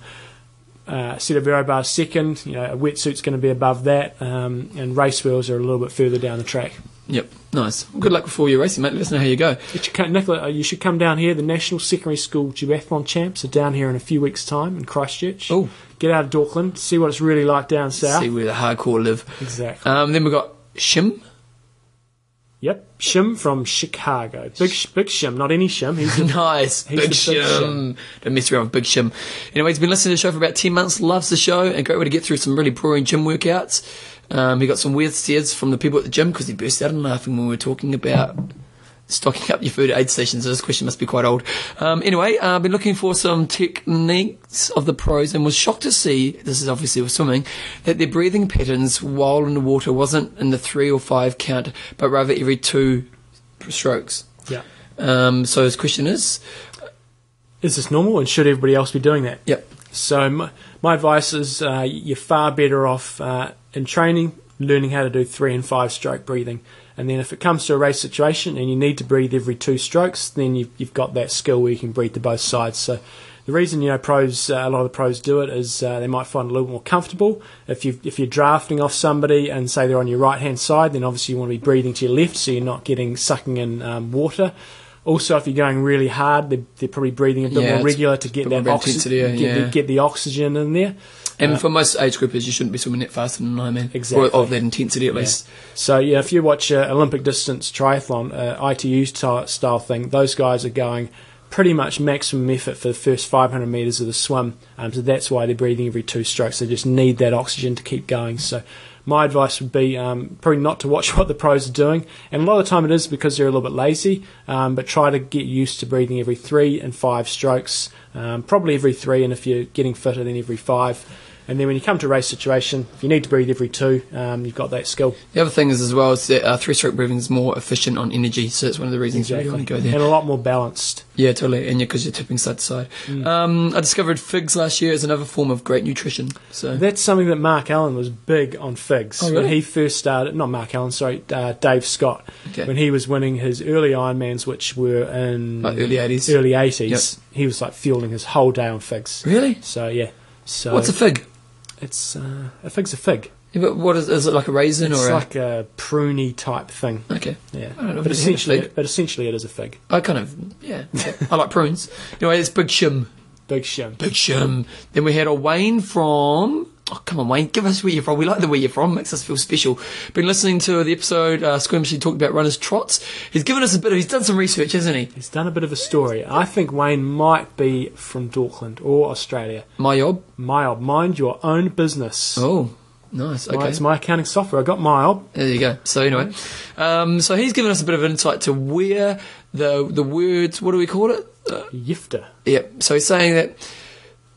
uh, a set of aero bars second. You know, a wetsuit's going to be above that, um, and race wheels are a little bit further down the track.
Yep, nice. Well, good luck before you're racing, mate. Let us know how you go.
But you can, Nicola, uh, you should come down here. The National Secondary School Duathlon Champs are down here in a few weeks' time in Christchurch.
Oh,
Get out of Dorkland, see what it's really like down south.
see where the hardcore live.
Exactly.
Um, then we've got Shim.
Yep, Shim from Chicago. Big big Shim, not any Shim. He's a,
[laughs] Nice.
He's
big
the Big
Shim. Don't mess around with Big Shim. Anyway, he's been listening to the show for about 10 months, loves the show, and a great way to get through some really boring gym workouts. Um, he got some weird stares from the people at the gym because he burst out in laughing when we were talking about stocking up your food at aid stations. So this question must be quite old. Um, anyway, uh, been looking for some techniques of the pros and was shocked to see, this is obviously with swimming, that their breathing patterns while in the water wasn't in the three or five count, but rather every two strokes.
yeah.
Um, so his question is,
Is this normal, and should everybody else be doing that?
Yep.
So my, my advice is, uh, you're far better off uh, in training, learning how to do three and five stroke breathing, and then if it comes to a race situation and you need to breathe every two strokes, then you've, you've got that skill where you can breathe to both sides. So. The reason you know pros, uh, a lot of the pros do it is uh, they might find it a little more comfortable. If you if you're drafting off somebody and say they're on your right hand side, then obviously you want to be breathing to your left, so you're not getting sucking in um, water. Also, if you're going really hard, they're, they're probably breathing a bit
Yeah,
more
it's
regular to get
bit
that
more
oxygen,
intensity, yeah,
get, the,
yeah.
get the oxygen in there.
And
Uh,
for most age groupers, you shouldn't be swimming that fast in an Ironman.
Exactly.
Or of that intensity, at
Yeah.
least.
So yeah, if you watch uh, Olympic distance triathlon, uh, ITU style, style thing, those guys are going pretty much maximum effort for the first 500 meters of the swim. Um, so that's why they're breathing every two strokes. They just need that oxygen to keep going. So my advice would be um, probably not to watch [laughs] what the pros are doing. And a lot of the time it is because they're a little bit lazy. Um, but try to get used to breathing every three and five strokes. Um, probably every three, and if you're getting fitter, then every five. And then when you come to a race situation, if you need to breathe every two, um, you've got that skill.
The other thing is, as well, is that uh, three stroke breathing is more efficient on energy, so that's one of the reasons why you want to go there.
And a lot more balanced.
Yeah, totally. And because you're tipping side to side.
Mm.
Um, I discovered figs last year as another form of great nutrition. So
That's something that Mark Allen was big on figs
Oh,
when
really?
he first started. Not Mark Allen, sorry, uh, Dave Scott.
Okay.
When he was winning his early Ironmans, which were in
Like Oh, early 80s?
early 80s, he was like fueling his whole day on figs.
really,
So yeah, so
what's a fig?
it's uh, a fig's a fig.
Yeah, but What is? Is it like a raisin
It's
or
like a pruny type thing.
a? Okay, I don't know
Yeah,
if
but
I've had a
essentially,
fig.
but essentially, it is a fig.
I kind of
[laughs]
yeah. I like prunes. Anyway, it's big shim.
Big shim.
Big Shim. Then we had a Wayne from. Oh, come on, Wayne, give us where you're from. We like the where you're from. Makes us feel special. Been listening to the episode uh, Squirmish. He talked about runners' trots. He's given us a bit of. He's done some research, hasn't he?
He's done a bit of a story. I think Wayne might be from Dorkland or Australia.
My job.
Myob, mind your own business.
Oh, nice.
My-
Okay.
it's my accounting software. I got Myob.
There you go. So anyway, um, so he's given us a bit of insight to where the the words. What do we call it? Uh,
Yifter.
yep. So he's saying that.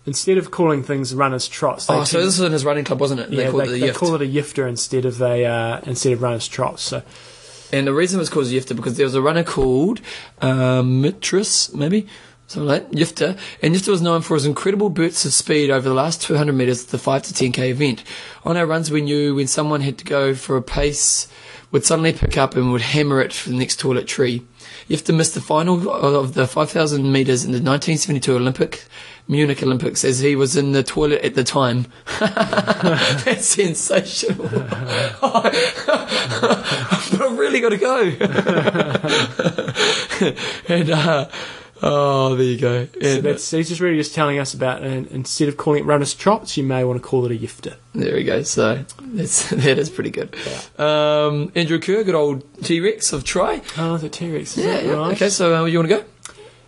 Instead of calling things runners trots, they,
Oh, so
tend-
this was in his running club, wasn't it?
yeah,
they called
they,
it the
they
yift.
call it a yifter instead of a uh, instead of runners trots. So
And the reason it was called Yifta because there was a runner called um, Mitris, maybe? Something like that, Yifta. And Yifta was known for his incredible bursts of speed over the last 200 metres at the 5 to 10k event. On our runs, we knew when someone had to go for a pace, would suddenly pick up and would hammer it for the next toilet tree. you have to miss the final of the 5,000 metres in the 1972 Olympic, Munich Olympics, as he was in the toilet at the time. That's sensational. [laughs] but I've really got to go. [laughs] and, uh, oh, there you go.
So
And,
that's, so he's just really just telling us about, and instead of calling it runner's trots, you may want to call it a yifter.
There we go. So that's, [laughs] that is pretty good. Um, Andrew Kerr, good old T Rex of Try.
Oh, the T-Rex. Is
Yeah,
that
yeah.
right?
Okay, so uh, you want to go?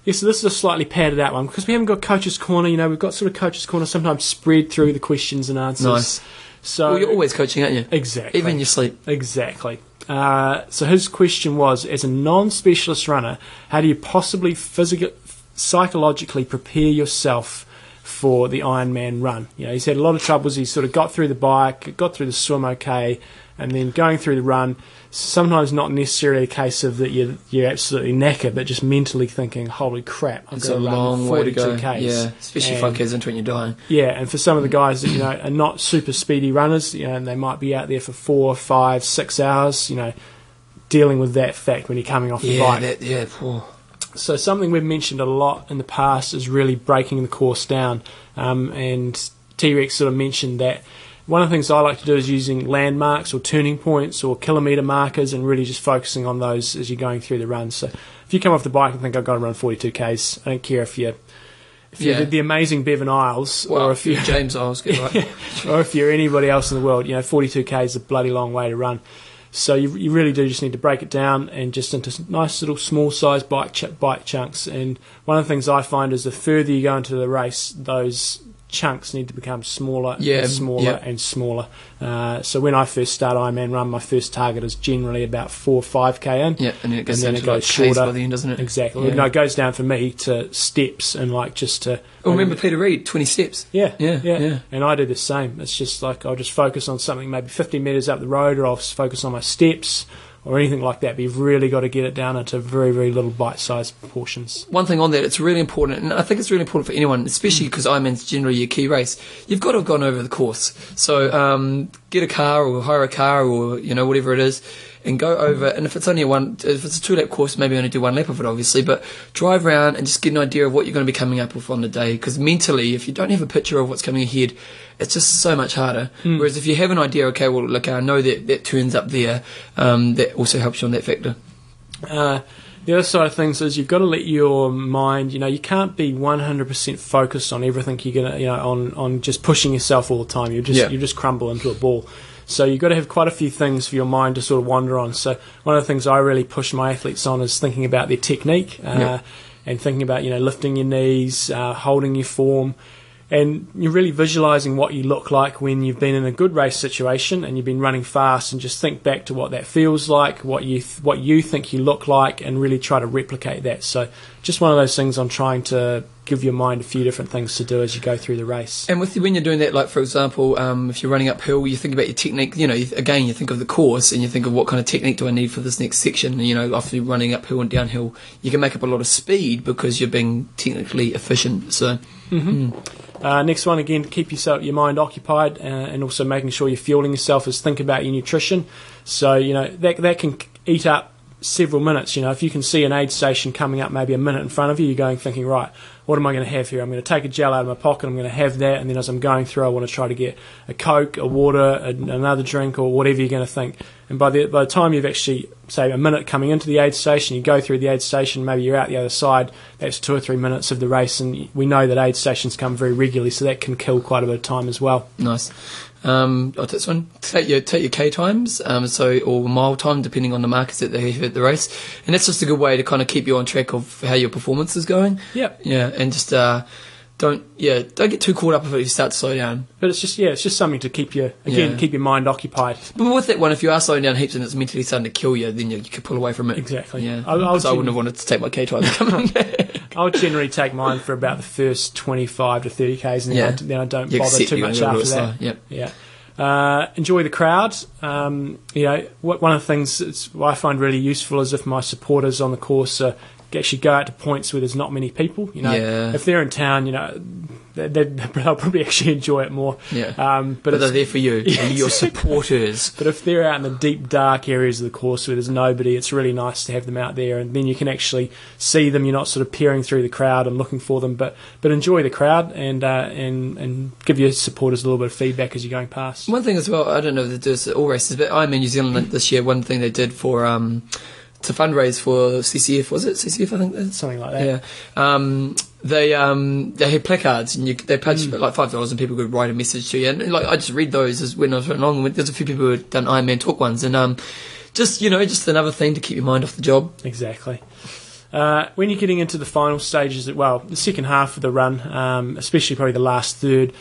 Yeah, so this is a slightly padded out one because we haven't got coach's corner. You know, we've got sort of coach's corner sometimes spread through the questions and answers.
Nice.
So
well, you're always coaching, aren't you?
exactly
Even in your sleep.
exactly. Uh, so his question was: as a non-specialist runner, how do you possibly physica- psychologically prepare yourself? For the Ironman run, you know, he's had a lot of troubles. He sort of got through the bike, got through the swim okay, and then going through the run. Sometimes not necessarily a case of that you're you're absolutely knackered, but just mentally thinking, "Holy crap, I'm
It's a
going to run
long way to go.
42Ks."
Yeah, especially
And-
five k's into it and you're dying.
yeah, and for some of the guys that you know are not super speedy runners, you know, and they might be out there for four, five, six hours, you know, dealing with that fact when you're coming off the
Yeah,
bike.
that, yeah, poor.
So something we've mentioned a lot in the past is really breaking the course down. Um, and T Rex sort of mentioned that one of the things I like to do is using landmarks or turning points or kilometre markers and really just focusing on those as you're going through the run. So if you come off the bike and think I've got to run 42 k's, I don't care if you. If you're
Yeah.
the, the amazing Bevan Isles,
Well,
or
a
if you
few James Isles, good, right?
[laughs] or if you're anybody else in the world, you know, 42k is a bloody long way to run. So you, you really do just need to break it down and just into s- nice little small size bike ch- bike chunks. And one of the things I find is the further you go into the race, those chunks need to become smaller
Yeah,
and smaller
yeah.
and smaller. Uh, so when I first start Ironman Run, my first target is generally about four or five k in.
Yeah, and then it goes
And then
down
it
to like
goes
k's by
shorter.
the end, doesn't it?
Exactly.
Yeah.
No, it goes down for me to steps and like just to.
Oh, remember Peter Reid, 20 steps.
Yeah,
Yeah, yeah.
And I do the same. It's just like I'll just focus on something maybe 50 metres up the road, or I'll just focus on my steps or anything like that. But you've really got to get it down into very, very little bite sized portions.
one thing on that, it's really important, and I think it's really important for anyone, especially because Ironman's generally your key race. You've got to have gone over the course. So um, get a car or hire a car or you know whatever it is, and go over. And if it's only a one, if it's a two lap course, maybe only do one lap of it, obviously. But drive around and just get an idea of what you're going to be coming up with on the day. Because mentally, if you don't have a picture of what's coming ahead, it's just so much harder. Whereas if you have an idea, okay, well look, I know that that turns up there. Um, that also helps you on that factor.
Uh, the other side of things is you've got to let your mind, you know, you can't be 100% focused on everything you're going to, you know, on, on just pushing yourself all the time. You just,
Yeah.
you just crumble into a ball. So you've got to have quite a few things for your mind to sort of wander on. So one of the things I really push my athletes on is thinking about their technique. Uh,
Yeah.
and thinking about you know lifting your knees, uh, holding your form, and you're really visualizing what you look like when you've been in a good race situation and you've been running fast, and just think back to what that feels like, what you th- what you think you look like, and really try to replicate that. So just one of those things I'm trying to give your mind a few different things to do as you go through the race.
And with when you're doing that, like for example, um, if you're running uphill, you think about your technique. You know, you, again, you think of the course and you think of what kind of technique do I need for this next section. And, you know, after you're running uphill and downhill, you can make up a lot of speed because you're being technically efficient. So
Uh, next one again, keep yourself your mind occupied, uh, and also making sure you're fueling yourself is think about your nutrition. So you know that that can eat up several minutes. You know if you can see an aid station coming up maybe a minute in front of you, you're going thinking right, what am I going to have here? I'm going to take a gel out of my pocket. I'm going to have that, and then as I'm going through, I want to try to get a coke, a water, a, another drink, or whatever you're going to think. And by the by the time you've actually say a minute coming into the aid station, you go through the aid station, maybe you're out the other side. That's two or three minutes of the race, and we know that aid stations come very regularly, so that can kill quite a bit of time as well.
nice. Um, I'll take this one. Take your take your K times, um, so or mile time, depending on the markers that they have at the race. And that's just a good way to kind of keep you on track of how your performance is going.
Yep.
Yeah, and just uh, don't yeah don't get too caught up if you start to slow down.
But it's just yeah, it's just something to keep you again
Yeah.
keep your mind occupied.
But with that one, if you are slowing down heaps and it's mentally starting to kill you, then you, you could pull away from it.
Exactly.
Yeah.
I- I was
'Cause I, wouldn't
thinking-
have wanted to take my K time. coming
[laughs]
back.
I would generally take mine for about the first twenty five to thirty k's, and then,
Yeah.
I, then I
[laughs]
don't
You
bother
accept
too
you're
much
gonna go a
after
little
that.
slower, Yep.
Yeah. Uh, enjoy the crowd. Um, you know, what, one of the things that's, what I find really useful is if my supporters on the course are actually go out to points where there's not many people. You know,
Yeah.
if they're in town, you know, they, [laughs] they, they'll probably actually enjoy it more.
Yeah.
Um, but
But, they're
it's,
there for you
Yeah,
and
[laughs]
your
exactly.
supporters.
but if they're out in the deep dark areas of the course where there's nobody, it's really nice to have them out there, and then you can actually see them. You're not sort of peering through the crowd and looking for them, but but enjoy the crowd and uh, and and give your supporters a little bit of feedback as you're going past.
One thing as well, I don't know if they do this at all races, but I'm in New Zealand this year. One thing they did for um, to fundraise for CCF was it CCF? I think that's
Something like that.
yeah. Um, they um, they had placards and you, they paid you like five dollars and people could write a message to you. And like I just read those as when I was running along. There's a few people who had done Iron Man talk ones and um, just you know just another thing to keep your mind off the job.
Exactly. Uh, when you're getting into the final stages, well, the second half of the run, um, especially probably the last third,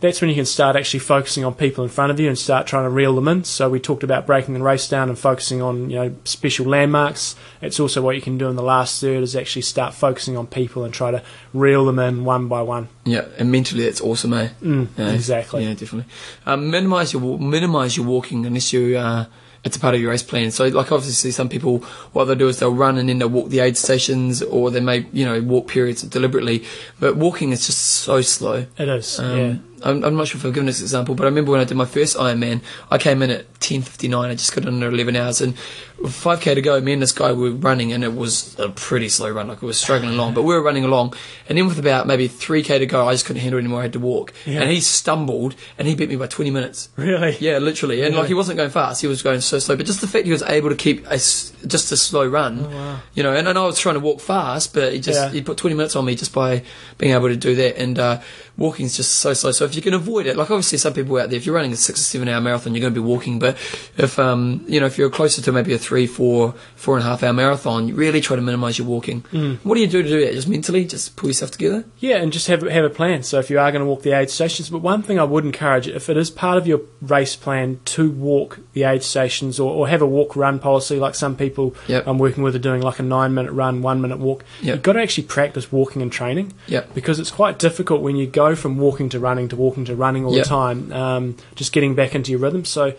that's when you can start actually focusing on people in front of you and start trying to reel them in. So we talked about breaking the race down and focusing on you know special landmarks. It's also what you can do in the last third is actually start focusing on people and try to reel them in one by one.
Yeah, and mentally that's awesome, eh?
Mm,
Yeah,
exactly.
Yeah, definitely. Um, minimize your wa- minimize your walking unless you uh, it's a part of your race plan. So, like obviously, some people what they'll do is they'll run and then they'll walk the aid stations, or they may you know walk periods deliberately. But walking is just so slow.
It is.
Um,
yeah.
I'm, I'm not sure if I've given this example, but I remember when I did my first Ironman, I came in at 10:59. I just got in under 11 hours, and with 5k to go. Me and this guy were running, and it was a pretty slow run. Like we were struggling along, but we were running along. And then with about maybe 3k to go, I just couldn't handle it anymore. I had to walk,
Yeah.
and he stumbled, and he beat me by 20 minutes.
Really.
Yeah, literally, and like
Really?
he wasn't going fast; he was going so slow. But just the fact he was able to keep a s just a slow run, you know. And, and I was trying to walk fast, but he just
Yeah.
he put twenty minutes on me just by being able to do that. And uh, walking's just so slow. So if you can avoid it, like obviously some people out there, if you're running a six or seven hour marathon, you're going to be walking. But if um you know if you're closer to maybe a three, four, four and a half hour marathon, you really try to minimise your walking. What do you do to do that? Just mentally, just pull yourself together.
Yeah, and just have have a plan. So if you are going to walk the aid stations, but one thing I would encourage, if it is part of your race plan to walk the aid stations or, or have a walk run policy, like some people
Yep.
I'm working with are doing, like a nine minute run, one minute walk,
Yep.
you've got to actually practice walking and training
Yep.
because it's quite difficult when you go from walking to running to walking to running all
Yep.
the time, um, just getting back into your rhythm. So uh,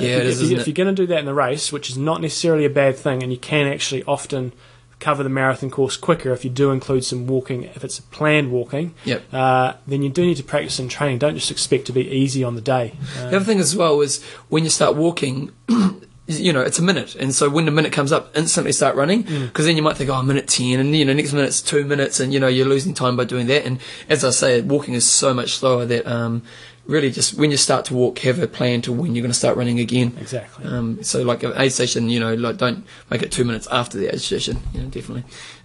Yeah,
you-
it is,
if you,
isn't
if
it?
you're going to do that in the race, which is not necessarily a bad thing, and you can actually often cover the marathon course quicker if you do include some walking, if it's planned walking,
Yep.
uh, then you do need to practice and training. Don't just expect to be easy on the day. Uh,
The other thing as well is when you start walking, [clears throat] you know, it's a minute. And so when the minute comes up, instantly start running because then you might think, oh, minute 10 and, you know, next minute it's two minutes and, you know, you're losing time by doing that. And as I say, walking is so much slower that um, really just when you start to walk, have a plan to when you're going to start running again.
exactly.
Um, so like an aid station, you know, like don't make it two minutes after the aid station. You know, definitely.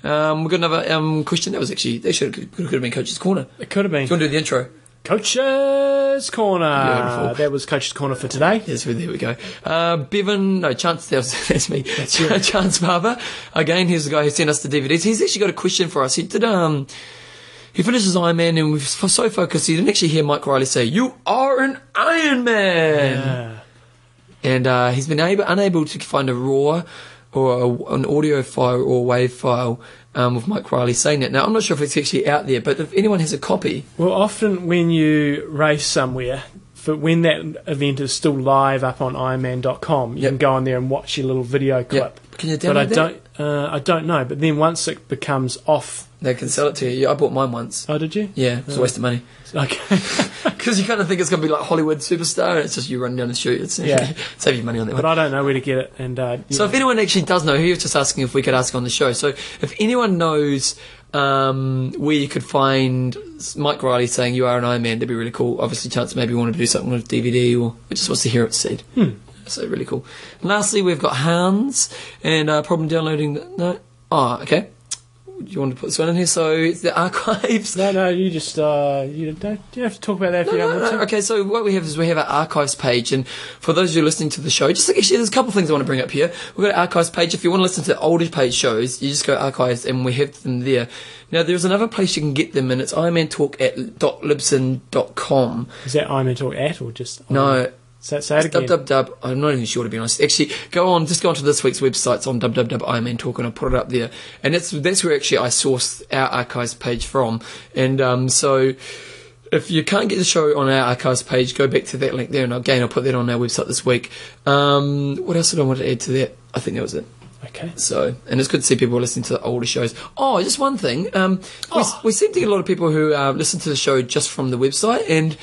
Um, we've got another um, question that was actually, that should, could have been Coach's Corner.
It could have been
Do you want to do the intro?
Coach's Corner.
Beautiful.
That was Coach's Corner for today.
Yes, well, there we go. Uh, Bevan, no, Chance, that was, [laughs] that's me. That's Chance Barber. Again, he's the guy who sent us the DVDs. He's actually got a question for us. He did, um, he finishes Iron Man and was f- so focused he didn't actually hear Mike Riley say, You are an Iron Man!
Yeah.
And, uh, he's been able, unable to find a raw or a, an audio file or wave file, um, with Mike Riley saying that. Now, I'm not sure if it's actually out there, but if anyone has a copy,
Well, often when you race somewhere, for when that event is still live up on Ironman.com, you
Yep.
can go on there and watch your little video clip.
can you download
But I
that?
don't, uh, I don't know. But then once it becomes off,
They can sell it to you. Yeah, I bought mine once.
oh, did you?
Yeah, it's a waste of money.
[laughs] Okay.
Because you kind of think it's going to be like Hollywood superstar, and it's just you running down the street. It's, [laughs]
Yeah.
save you money on that
but
one.
I don't know where to get it. And uh,
[laughs] So
yeah.
if anyone actually does know, he was just asking if we could ask on the show. So if anyone knows um, where you could find Mike Riley saying you are an Iron Man, that'd be really cool. Obviously, Chance maybe wanted to do something with DVD, or he just wants to hear it said.
Hmm.
So really cool. And lastly, we've got Hans and uh, problem downloading. The, no, oh, okay. Do you want to put this one in here? So it's the [laughs] archives.
No, no, you just uh, you don't you don't have to talk about that if
No,
you
no,
don't want
no.
to.
Okay, so what we have is we have our archives page, and for those of you listening to the show, just like, actually, there's a couple of things I want to bring up here. We've got our archives page. If you want to listen to the older page shows, you just go archives, and we have them there. Now, there's another place you can get them, and it's ironmantalk at .libson.com.
Is that I'm in talk at or just
No,
Say, say it
it's
again.
Dub, dub, dub. I'm not even sure to be honest. Actually, go on, just go onto this week's website. It's on www.ironman talk, and I put it up there. And that's that's where actually I sourced our archives page from. And um, so, if you can't get the show on our archives page, go back to that link there, and again, I'll put that on our website this week. Um, what else did I want to add to that? I think that was it.
Okay.
So, and it's good to see people listening to the older shows. Oh, just one thing. Um, we, we seem to get a lot of people who uh, listen to the show just from the website, and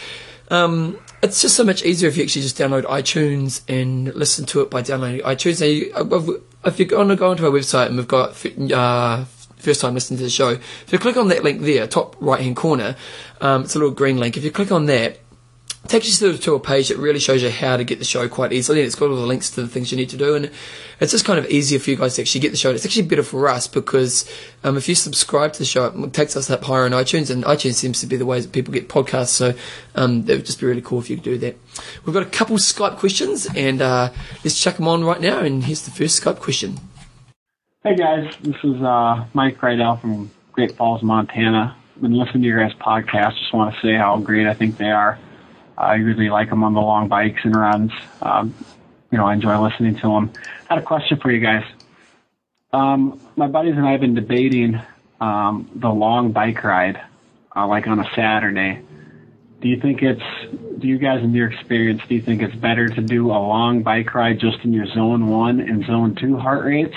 um, it's just so much easier if you actually just download iTunes and listen to it by downloading iTunes. Now, you, uh, if you're going to go onto our website and we've got uh, first time listening to the show, if you click on that link there, top right hand corner, um, it's a little green link. If you click on that, it takes you to a page that really shows you how to get the show quite easily. And it's got all the links to the things you need to do, and it's just kind of easier for you guys to actually get the show. And it's actually better for us because um, if you subscribe to the show, it takes us up higher on iTunes, and iTunes seems to be the way that people get podcasts. So um, it would just be really cool if you could do that. We've got a couple Skype questions, and uh, let's chuck them on right now. And here's the first Skype question.
Hey guys, this is uh, Mike Rydell from Great Falls, Montana. Been listening to your guys' podcast. Just want to say how great I think they are. I really like them on the long bikes and runs. Um, you know, I enjoy listening to them. I had a question for you guys. Um, my buddies and I have been debating um, the long bike ride, uh, like on a Saturday. Do you think it's, do you guys in your experience, do you think it's better to do a long bike ride just in your zone one and zone two heart rates?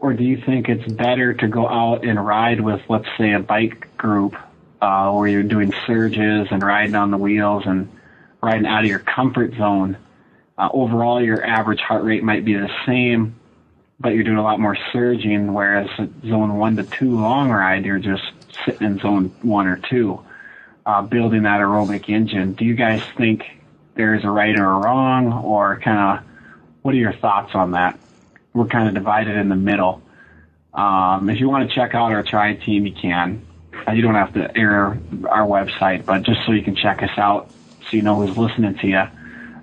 Or do you think it's better to go out and ride with, let's say, a bike group uh, where you're doing surges and riding on the wheels and riding out of your comfort zone. Uh, overall, your average heart rate might be the same, but you're doing a lot more surging, whereas zone one to two long ride, you're just sitting in zone one or two, uh, building that aerobic engine. Do you guys think there's a right or a wrong, or kind of what are your thoughts on that? We're kind of divided in the middle. Um, if you want to check out our tri team, you can Uh, you don't have to air our website, but just so you can check us out, so you know who's listening to you.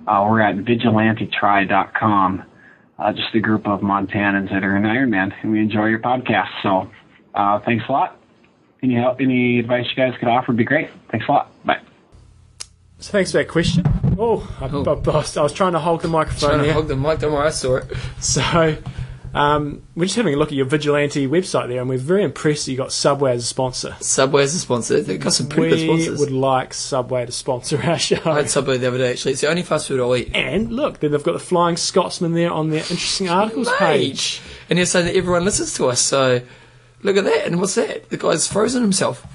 Uh, we're at vigilantetry.com. Uh, just a group of Montanans that are in Ironman, and we enjoy your podcast. So, uh, thanks a lot. Any help, any advice you guys could offer would be great. Thanks a lot. Bye.
So thanks for that question. Oh, I,
Oh.
I bust- I was trying to hold the microphone.
Trying to
there.
hug the mic, don't worry, I saw it.
[laughs] So um, we're just having a look at your vigilante website there, and we're very impressed that you got Subway as a sponsor.
Subway's a sponsor. They've got some pretty good
We
sponsors.
would like Subway to sponsor our [laughs] show.
I had Subway the other day, actually. It's the only fast food I'll eat.
and look, then they've got the Flying Scotsman there on their interesting articles page.
Mate. And he's saying that everyone listens to us, so look at that. And what's that? The guy's frozen himself.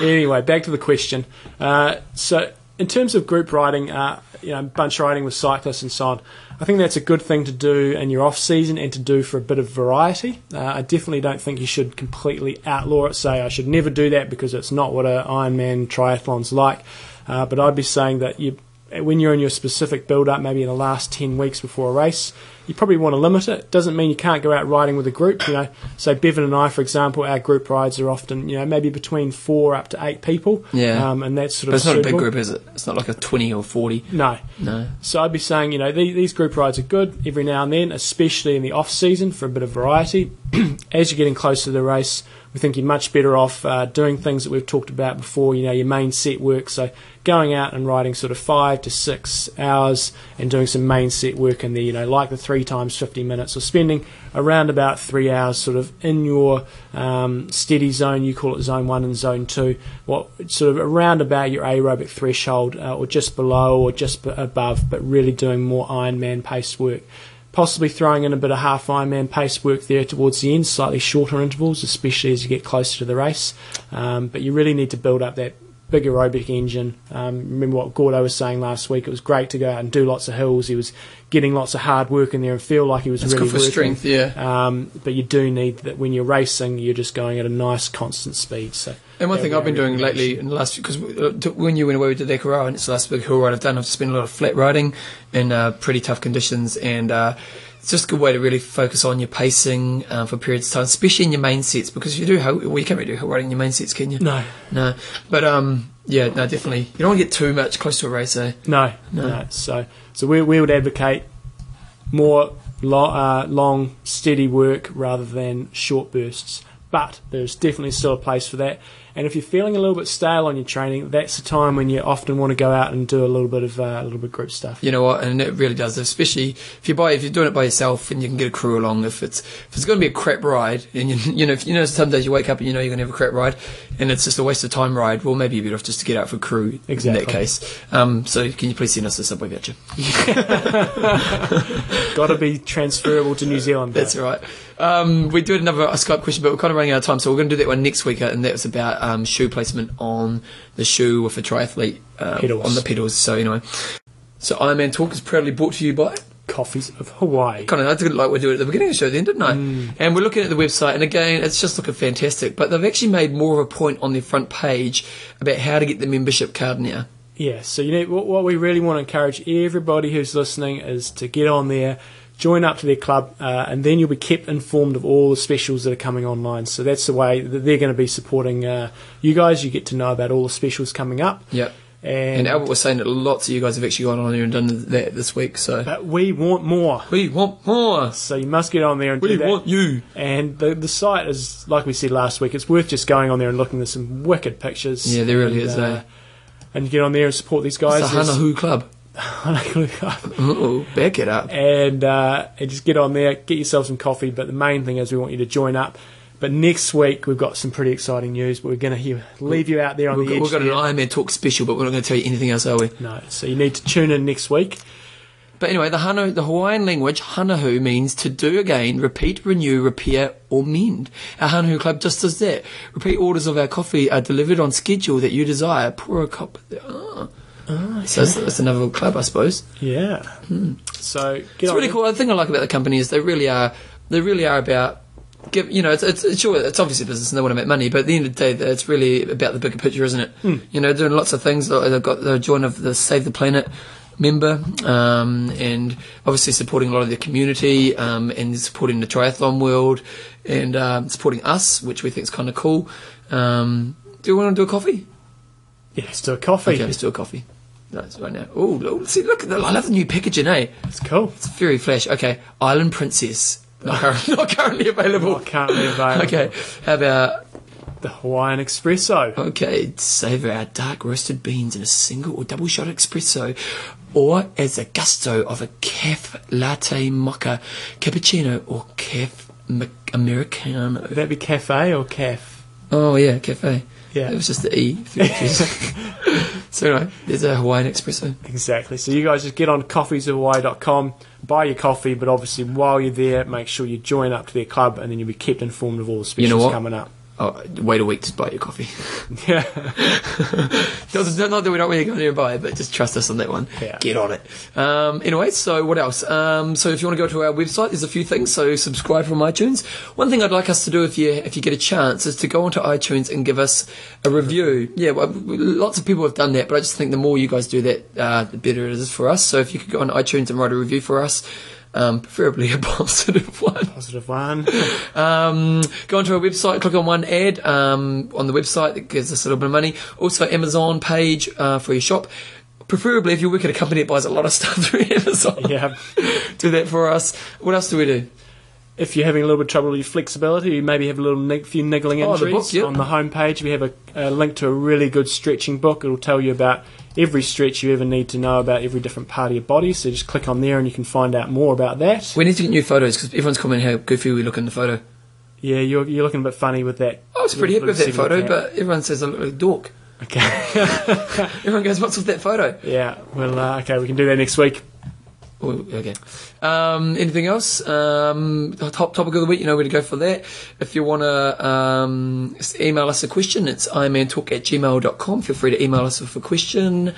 Anyway, back to the question. Uh, so, in terms of group riding, uh, you know, bunch riding with cyclists and so on, I think that's a good thing to do in your off season and to do for a bit of variety. Uh, I definitely don't think you should completely outlaw it. Say I should never do that because it's not what an Ironman triathlon's like. Uh, but I'd be saying that you Uh, when you're in your specific build up, maybe in the last 10 weeks before a race, you probably want to limit it. Doesn't mean you can't go out riding with a group, you know. So, Bevan and I, for example, our group rides are often, you know, maybe between four up to eight people.
Yeah.
Um, and that's sort
But
of.
it's not a big
suitable.
group, is it? It's not like a 20 or 40.
No.
No.
So I'd be saying, you know, these, these group rides are good every now and then, especially in the off season for a bit of variety. [clears throat] As you're getting closer to the race, we think you're much better off uh, doing things that we've talked about before. You know, your main set work. So going out and riding sort of five to six hours and doing some main set work in there. You know, like the three times fifty minutes, or spending around about three hours sort of in your um, steady zone. You call it zone one and zone two. What sort of around about your aerobic threshold, uh, or just below, or just b- above, but really doing more Ironman pace work. Possibly throwing in a bit of half Ironman pace work there towards the end, slightly shorter intervals, especially as you get closer to the race. Um, but you really need to build up that big aerobic engine. Um, remember what Gordo was saying last week? It was great to go out and do lots of hills. He was getting lots of hard work in there and feel like he was
It's
really
good for
working.
strength, yeah.
Um, but you do need that when you're racing, you're just going at a nice constant speed. So
And one
that
thing
would
I've
be
been
our
doing lately in the last because uh, when you went away with the Decorah and it's the last big hill ride I've done, I've just been a lot of flat riding in uh, pretty tough conditions, and uh, it's just a good way to really focus on your pacing uh, for periods of time, especially in your main sets because if you do hill, well, you can't really do hill riding in your main sets, can you?
No.
no. But um, yeah, no, definitely. You don't want to get too much close to a race, eh?
No, no. So, so we we would advocate more lo- uh, long, steady work rather than short bursts. But there's definitely still a place for that. And if you're feeling a little bit stale on your training, that's the time when you often want to go out and do a little bit of uh, a little bit of group stuff.
You know what? And it really does, especially if you buy if you're doing it by yourself and you can get a crew along. If it's if it's going to be a crap ride, and you, [laughs] you know if you know some days you wake up and you know you're going to have a crap ride, and it's just a waste of time ride. Well, maybe you're better off just to get out for crew
Exactly.
in that case. Um, so can you please send us the subway voucher?
Got to be transferable to New Zealand. though.
That's all right. Um, we do have another Skype question, but we're kind of running out of time, so we're going to do that one next week, uh, and that was about um, shoe placement on the shoe with a triathlete uh,
Pedals.
on the pedals. So anyway, so Ironman Talk is proudly brought to you by.
coffees of Hawaii.
Kind of, I didn't like what we did at the beginning of the show, then didn't I?
Mm.
And we're looking at the website, and again, it's just looking fantastic. But they've actually made more of a point on their front page about how to get the membership card now.
Yeah, so you know what, what we really want to encourage everybody who's listening is to get on there, join up to their club, uh, and then you'll be kept informed of all the specials that are coming online. So that's the way that they're going to be supporting uh, you guys. You get to know about all the specials coming up.
Yep.
And,
And Albert was saying that lots of you guys have actually gone on there and done that this week. So
but we want more.
we want more.
So you must get on there and
We
do that.
want you.
and the the site is like we said last week. It's worth just going on there and looking. There's some wicked pictures.
Yeah, there really
and, uh,
is, eh?
and you get on there and support these guys.
It's the
There's-
Hanahu Club.
[laughs]
Uh-oh, back it up.
and uh, and just get on there, get yourself some coffee. But the main thing is we want you to join up. But next week we've got some pretty exciting news. But we're going to leave you out there on
We've
the
got,
edge.
we've got an
there.
Iron Man Talk special, but we're not going to tell you anything else, are we?
No, so you need to tune in next week.
But anyway, the Hana, the Hawaiian language, Hanahu, means to do again, repeat, renew, repair, or mend. Our Hanahu Club just does that. Repeat orders of our coffee are delivered on schedule that you desire. Pour a cup. Ah. So that's, that's another little club, I suppose.
Yeah. Hmm. So get
It's
on
really
there.
cool. The thing I like about the company is they really are they really are about give you know it's, it's, it's sure it's obviously business and they want to make money, but at the end of the day, it's really about the bigger picture, isn't it? You know, doing lots of things. They- They've got the join of the Save the Planet member um, and obviously supporting a lot of the community um, and supporting the triathlon world and um, supporting us which we think is kind of cool um, do we want to do a coffee
Oh, Yeah, let's do a coffee.
okay let's do a coffee that's right now oh see look at the I love the new packaging eh
It's cool.
it's Fury Flash. Okay, Island Princess. Not, currently, [laughs] not currently available.
Not currently available.
Okay, how about
The Hawaiian Espresso.
okay? Savor our dark roasted beans in a single or double shot espresso, or as a gusto of a caf latte mocha, cappuccino, or caf m- americano.
Would that be cafe
[laughs]
or caf?
Oh yeah, cafe.
Yeah.
it was just the e. [laughs] so anyway, there's a Hawaiian espresso.
Exactly. So you guys just get on coffeesofhawaii.com, buy your coffee, but obviously while you're there, make sure you join up to their club, and then you'll be kept informed of all the
You
specials
know what?
coming up. [laughs]
Oh, wait a week to buy your coffee.
Yeah.
[laughs] Not, not that we don't want you to go near and buy it, but just trust us on that one.
Yeah.
Get on it. Um, anyway, so what else? Um, so if you want to go to our website, there's a few things. So subscribe from iTunes. One thing I'd like us to do if you if you get a chance is to go onto iTunes and give us a review. Yeah, well, lots of people have done that, but I just think the more you guys do that, uh, the better it is for us. So if you could go on iTunes and write a review for us, um, preferably a [laughs] positive one.
Positive one.
Um, go onto our website, click on one ad um, on the website that gives us a little bit of money. Also, Amazon page uh, for your shop. Preferably, if you work at a company that buys a lot of stuff [laughs] through Amazon,
Yeah.
[laughs] do that for us. What else do we do?
If you're having a little bit of trouble with your flexibility, you maybe have a little nig- few niggling
Oh,
injuries.
the book, yep.
On the homepage, we have a, a link to a really good stretching book. It'll tell you about every stretch you ever need to know about every different part of your body. So just click on there and you can find out more about that.
We need to get new photos because everyone's commenting how goofy we look in the photo.
Yeah, you're, you're looking a bit funny with that.
I was pretty happy with that photo, but everyone says I look like a dork.
Okay. [laughs]
Everyone goes, "What's with that photo?"
yeah, well, uh, okay, we can do that next week.
Oh, okay. Um, anything else? Um, the top topic of the week, you know where to go for that. If you want to um, s- email us a question, it's ironmantalk at gmail.com. Feel free to email us with a question.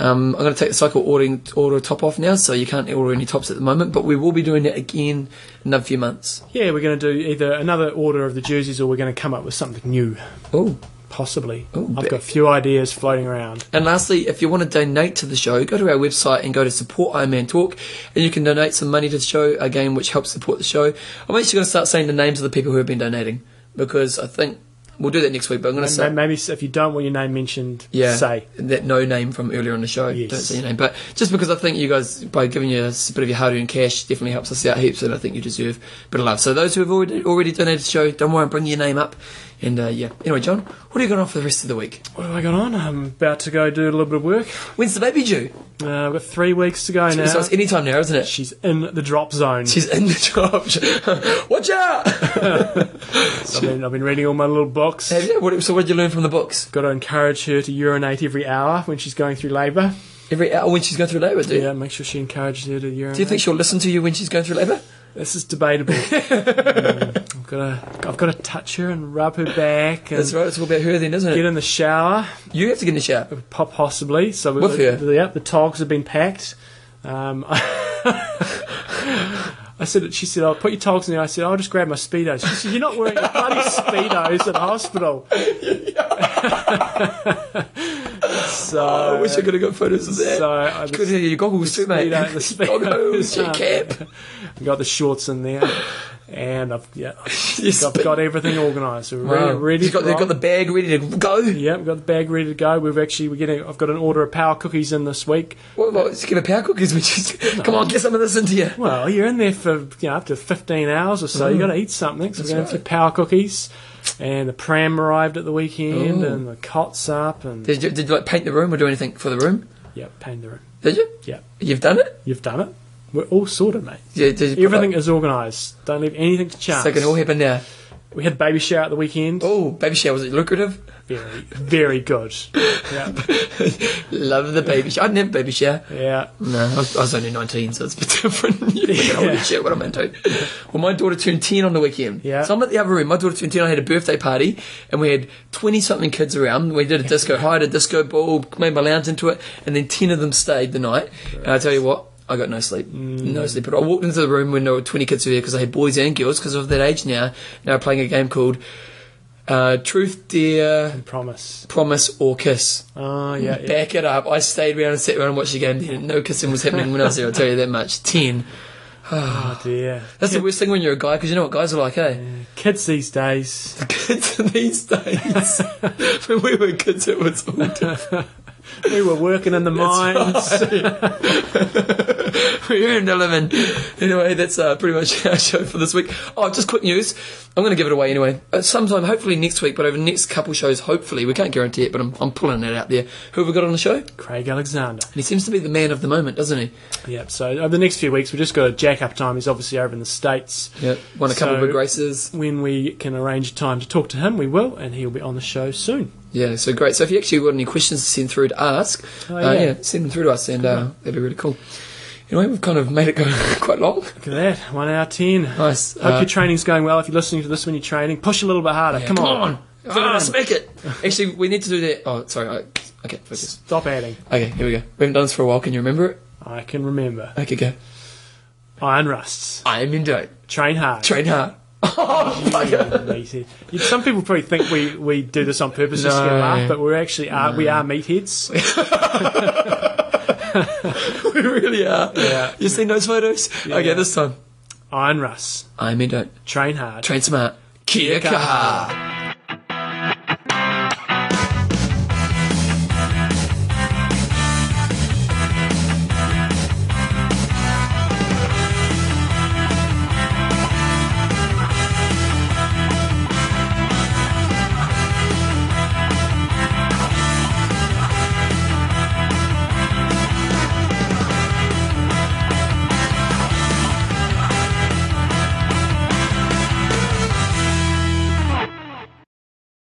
Um, I'm going to take the cycle ordering order top off now, so you can't order any tops at the moment, but we will be doing that again in a few months.
Yeah, we're going to do either another order of the jerseys or we're going to come up with something new,
Oh,
possibly.
Ooh,
I've
big.
got a few ideas floating around.
And lastly, if you want to donate to the show, go to our website and go to support Iron Man Talk, and you can donate some money to the show again, which helps support the show. I'm actually going to start saying the names of the people who have been donating because I think We'll do that next week, but I'm going to say.
And maybe if you don't want your name mentioned,
yeah,
say.
that no name from earlier on the show.
Yes.
Don't say your name, but just because I think you guys, by giving you a s- bit of your hard-earned cash, definitely helps us out heaps, and I think you deserve a bit of love. So those who have already, already donated to the show, don't worry, I'm bringing your name up. And uh, yeah, anyway, John, what are you going on for the rest of the week?
What have I got on? I'm about to go do a little bit of work.
When's the baby due?
Uh, I've got three weeks to go now.
So it's any time now, isn't it?
She's in the drop zone.
She's in the job. [laughs] Watch out!
I've, been, I've been reading all my little books.
Have you- what- so what did you learn from the books?
Got to encourage her to urinate every hour when she's going through labour.
Every hour when she's going through labour, do you?
Yeah, make sure she encourages her to urinate.
Do you think she'll listen to you when she's going through labour?
This is
[laughs]
debatable. Mm, I've got to, I've got to touch her and rub her back and
That's right. It's all about her then, isn't
get
it?
in the shower,
You have to get in the shower.
po- possibly. So we-
With her?
yeah, the togs have been packed. Um, [laughs] I said, she said, "I'll put your togs in there." I said, "I'll just grab my speedos." She said, "You're not wearing your bloody speedos at hospital." [laughs] so
Oh, I wish I could have got photos of that.
so I
Good to hear your goggles too, mate.
Speedo- the
goggles,
Speedos,
your
[laughs] um,
cap.
I've got the shorts in there, and I've
[laughs]
yeah,
Your
I've
spe-
got everything organised. We're
Wow.
ready, ready
You've got,
to
they've
rock.
got the bag ready to go.
yeah, we've got the bag ready to go. We've actually we're getting. I've got an order of power cookies in this week.
What, what, just give a power cookies. We just, Come on, get some of this into you.
Well, you're in there for you know up to 15 hours or so. You got to eat something.
Mm.
So
That's
we're going for
right.
power cookies, and the pram arrived at the weekend,
Ooh.
and the cots up, and
Did you, did you like paint the room or do anything for the room?
yeah, paint the room.
Did you?
Yeah.
You've done it.
You've done it. We're all sorted, mate.
Yeah. Did you put,
Everything
like,
is organised. Don't leave anything to chance.
so it can all happen now.
we had baby shower at the weekend.
Oh, baby shower was it lucrative?
Very,
[laughs]
very good. Yeah,
Love the baby shower. I didn't have a baby shower.
yeah.
No, I was, I was only 19, so it's a bit [laughs] different. you yeah. Holy
Yeah.
shit, what am I doing? Well, my daughter turned 10 on the weekend.
Yeah.
So I'm at the other room. My daughter turned 10. I had a birthday party, and we had 20 something kids around. We did a disco, hired a disco ball, made my lounge into it, and then 10 of them stayed the night. And I tell you what, I got no sleep. No sleep. But I walked into the room when there were 20 kids were here because I had boys and girls because of that age now. Now I'm playing a game called uh, Truth, Dare,
Promise.
Promise, or Kiss.
Oh, yeah. yeah.
Back it up. I stayed around and sat around and watched the game. Then no kissing was happening when I was there. I'll tell you that much. Ten.
Oh, dear.
That's the worst thing when you're a guy because you know what guys are like, eh?
Kids these days,
[laughs] Kids these
[laughs]
days. when we were kids, it was all [laughs] different.
we were working
[laughs]
in the mines.
we earned a living. Anyway, that's uh, pretty much [laughs] our show for this week. Oh, just quick news. I'm going to give it away anyway. Uh, sometime, hopefully next week, but over the next couple shows, hopefully. We can't guarantee it, but I'm, I'm pulling it out there. Who have we got on the show? And
Craig Alexander.
he seems to be the man of the moment, doesn't he?
Yep. So over the next few weeks, we've just got a jack up time. He's obviously over in the states.
Yeah. Won a couple
So-
of big races.
When we can arrange a time to talk to him, we will, and he'll be on the show soon.
Yeah, so great. So if you actually got any questions to send through to ask,
Oh,
uh,
yeah.
yeah, send them through to us, and uh, that'd be really cool. Anyway, we've kind of made it go [laughs] quite long.
Look at that, one hour ten.
Nice.
Hope
Uh,
your training's going well. If you're listening to this when you're training, push a little bit harder.
yeah,
come, on.
Come on, Ah, smack it. Actually, we need to do that. Oh, sorry. I, okay, focus.
Stop adding.
Okay, here we go. We haven't done this for a while. Can you remember it?
I can remember.
Okay, go.
Iron rusts.
I am in doubt.
Train hard. [laughs]
Train hard. [laughs] Oh, fucker.
meathead. You- Some people probably think we, we do this on purpose just to get a
No.
laugh, but we're actually are, we
[laughs]
are meatheads.
we really are.
Yeah.
You seen those photos? Okay, this time.
Iron Russ,
I am in doubt.
train hard.
Train smart. Kia kaha.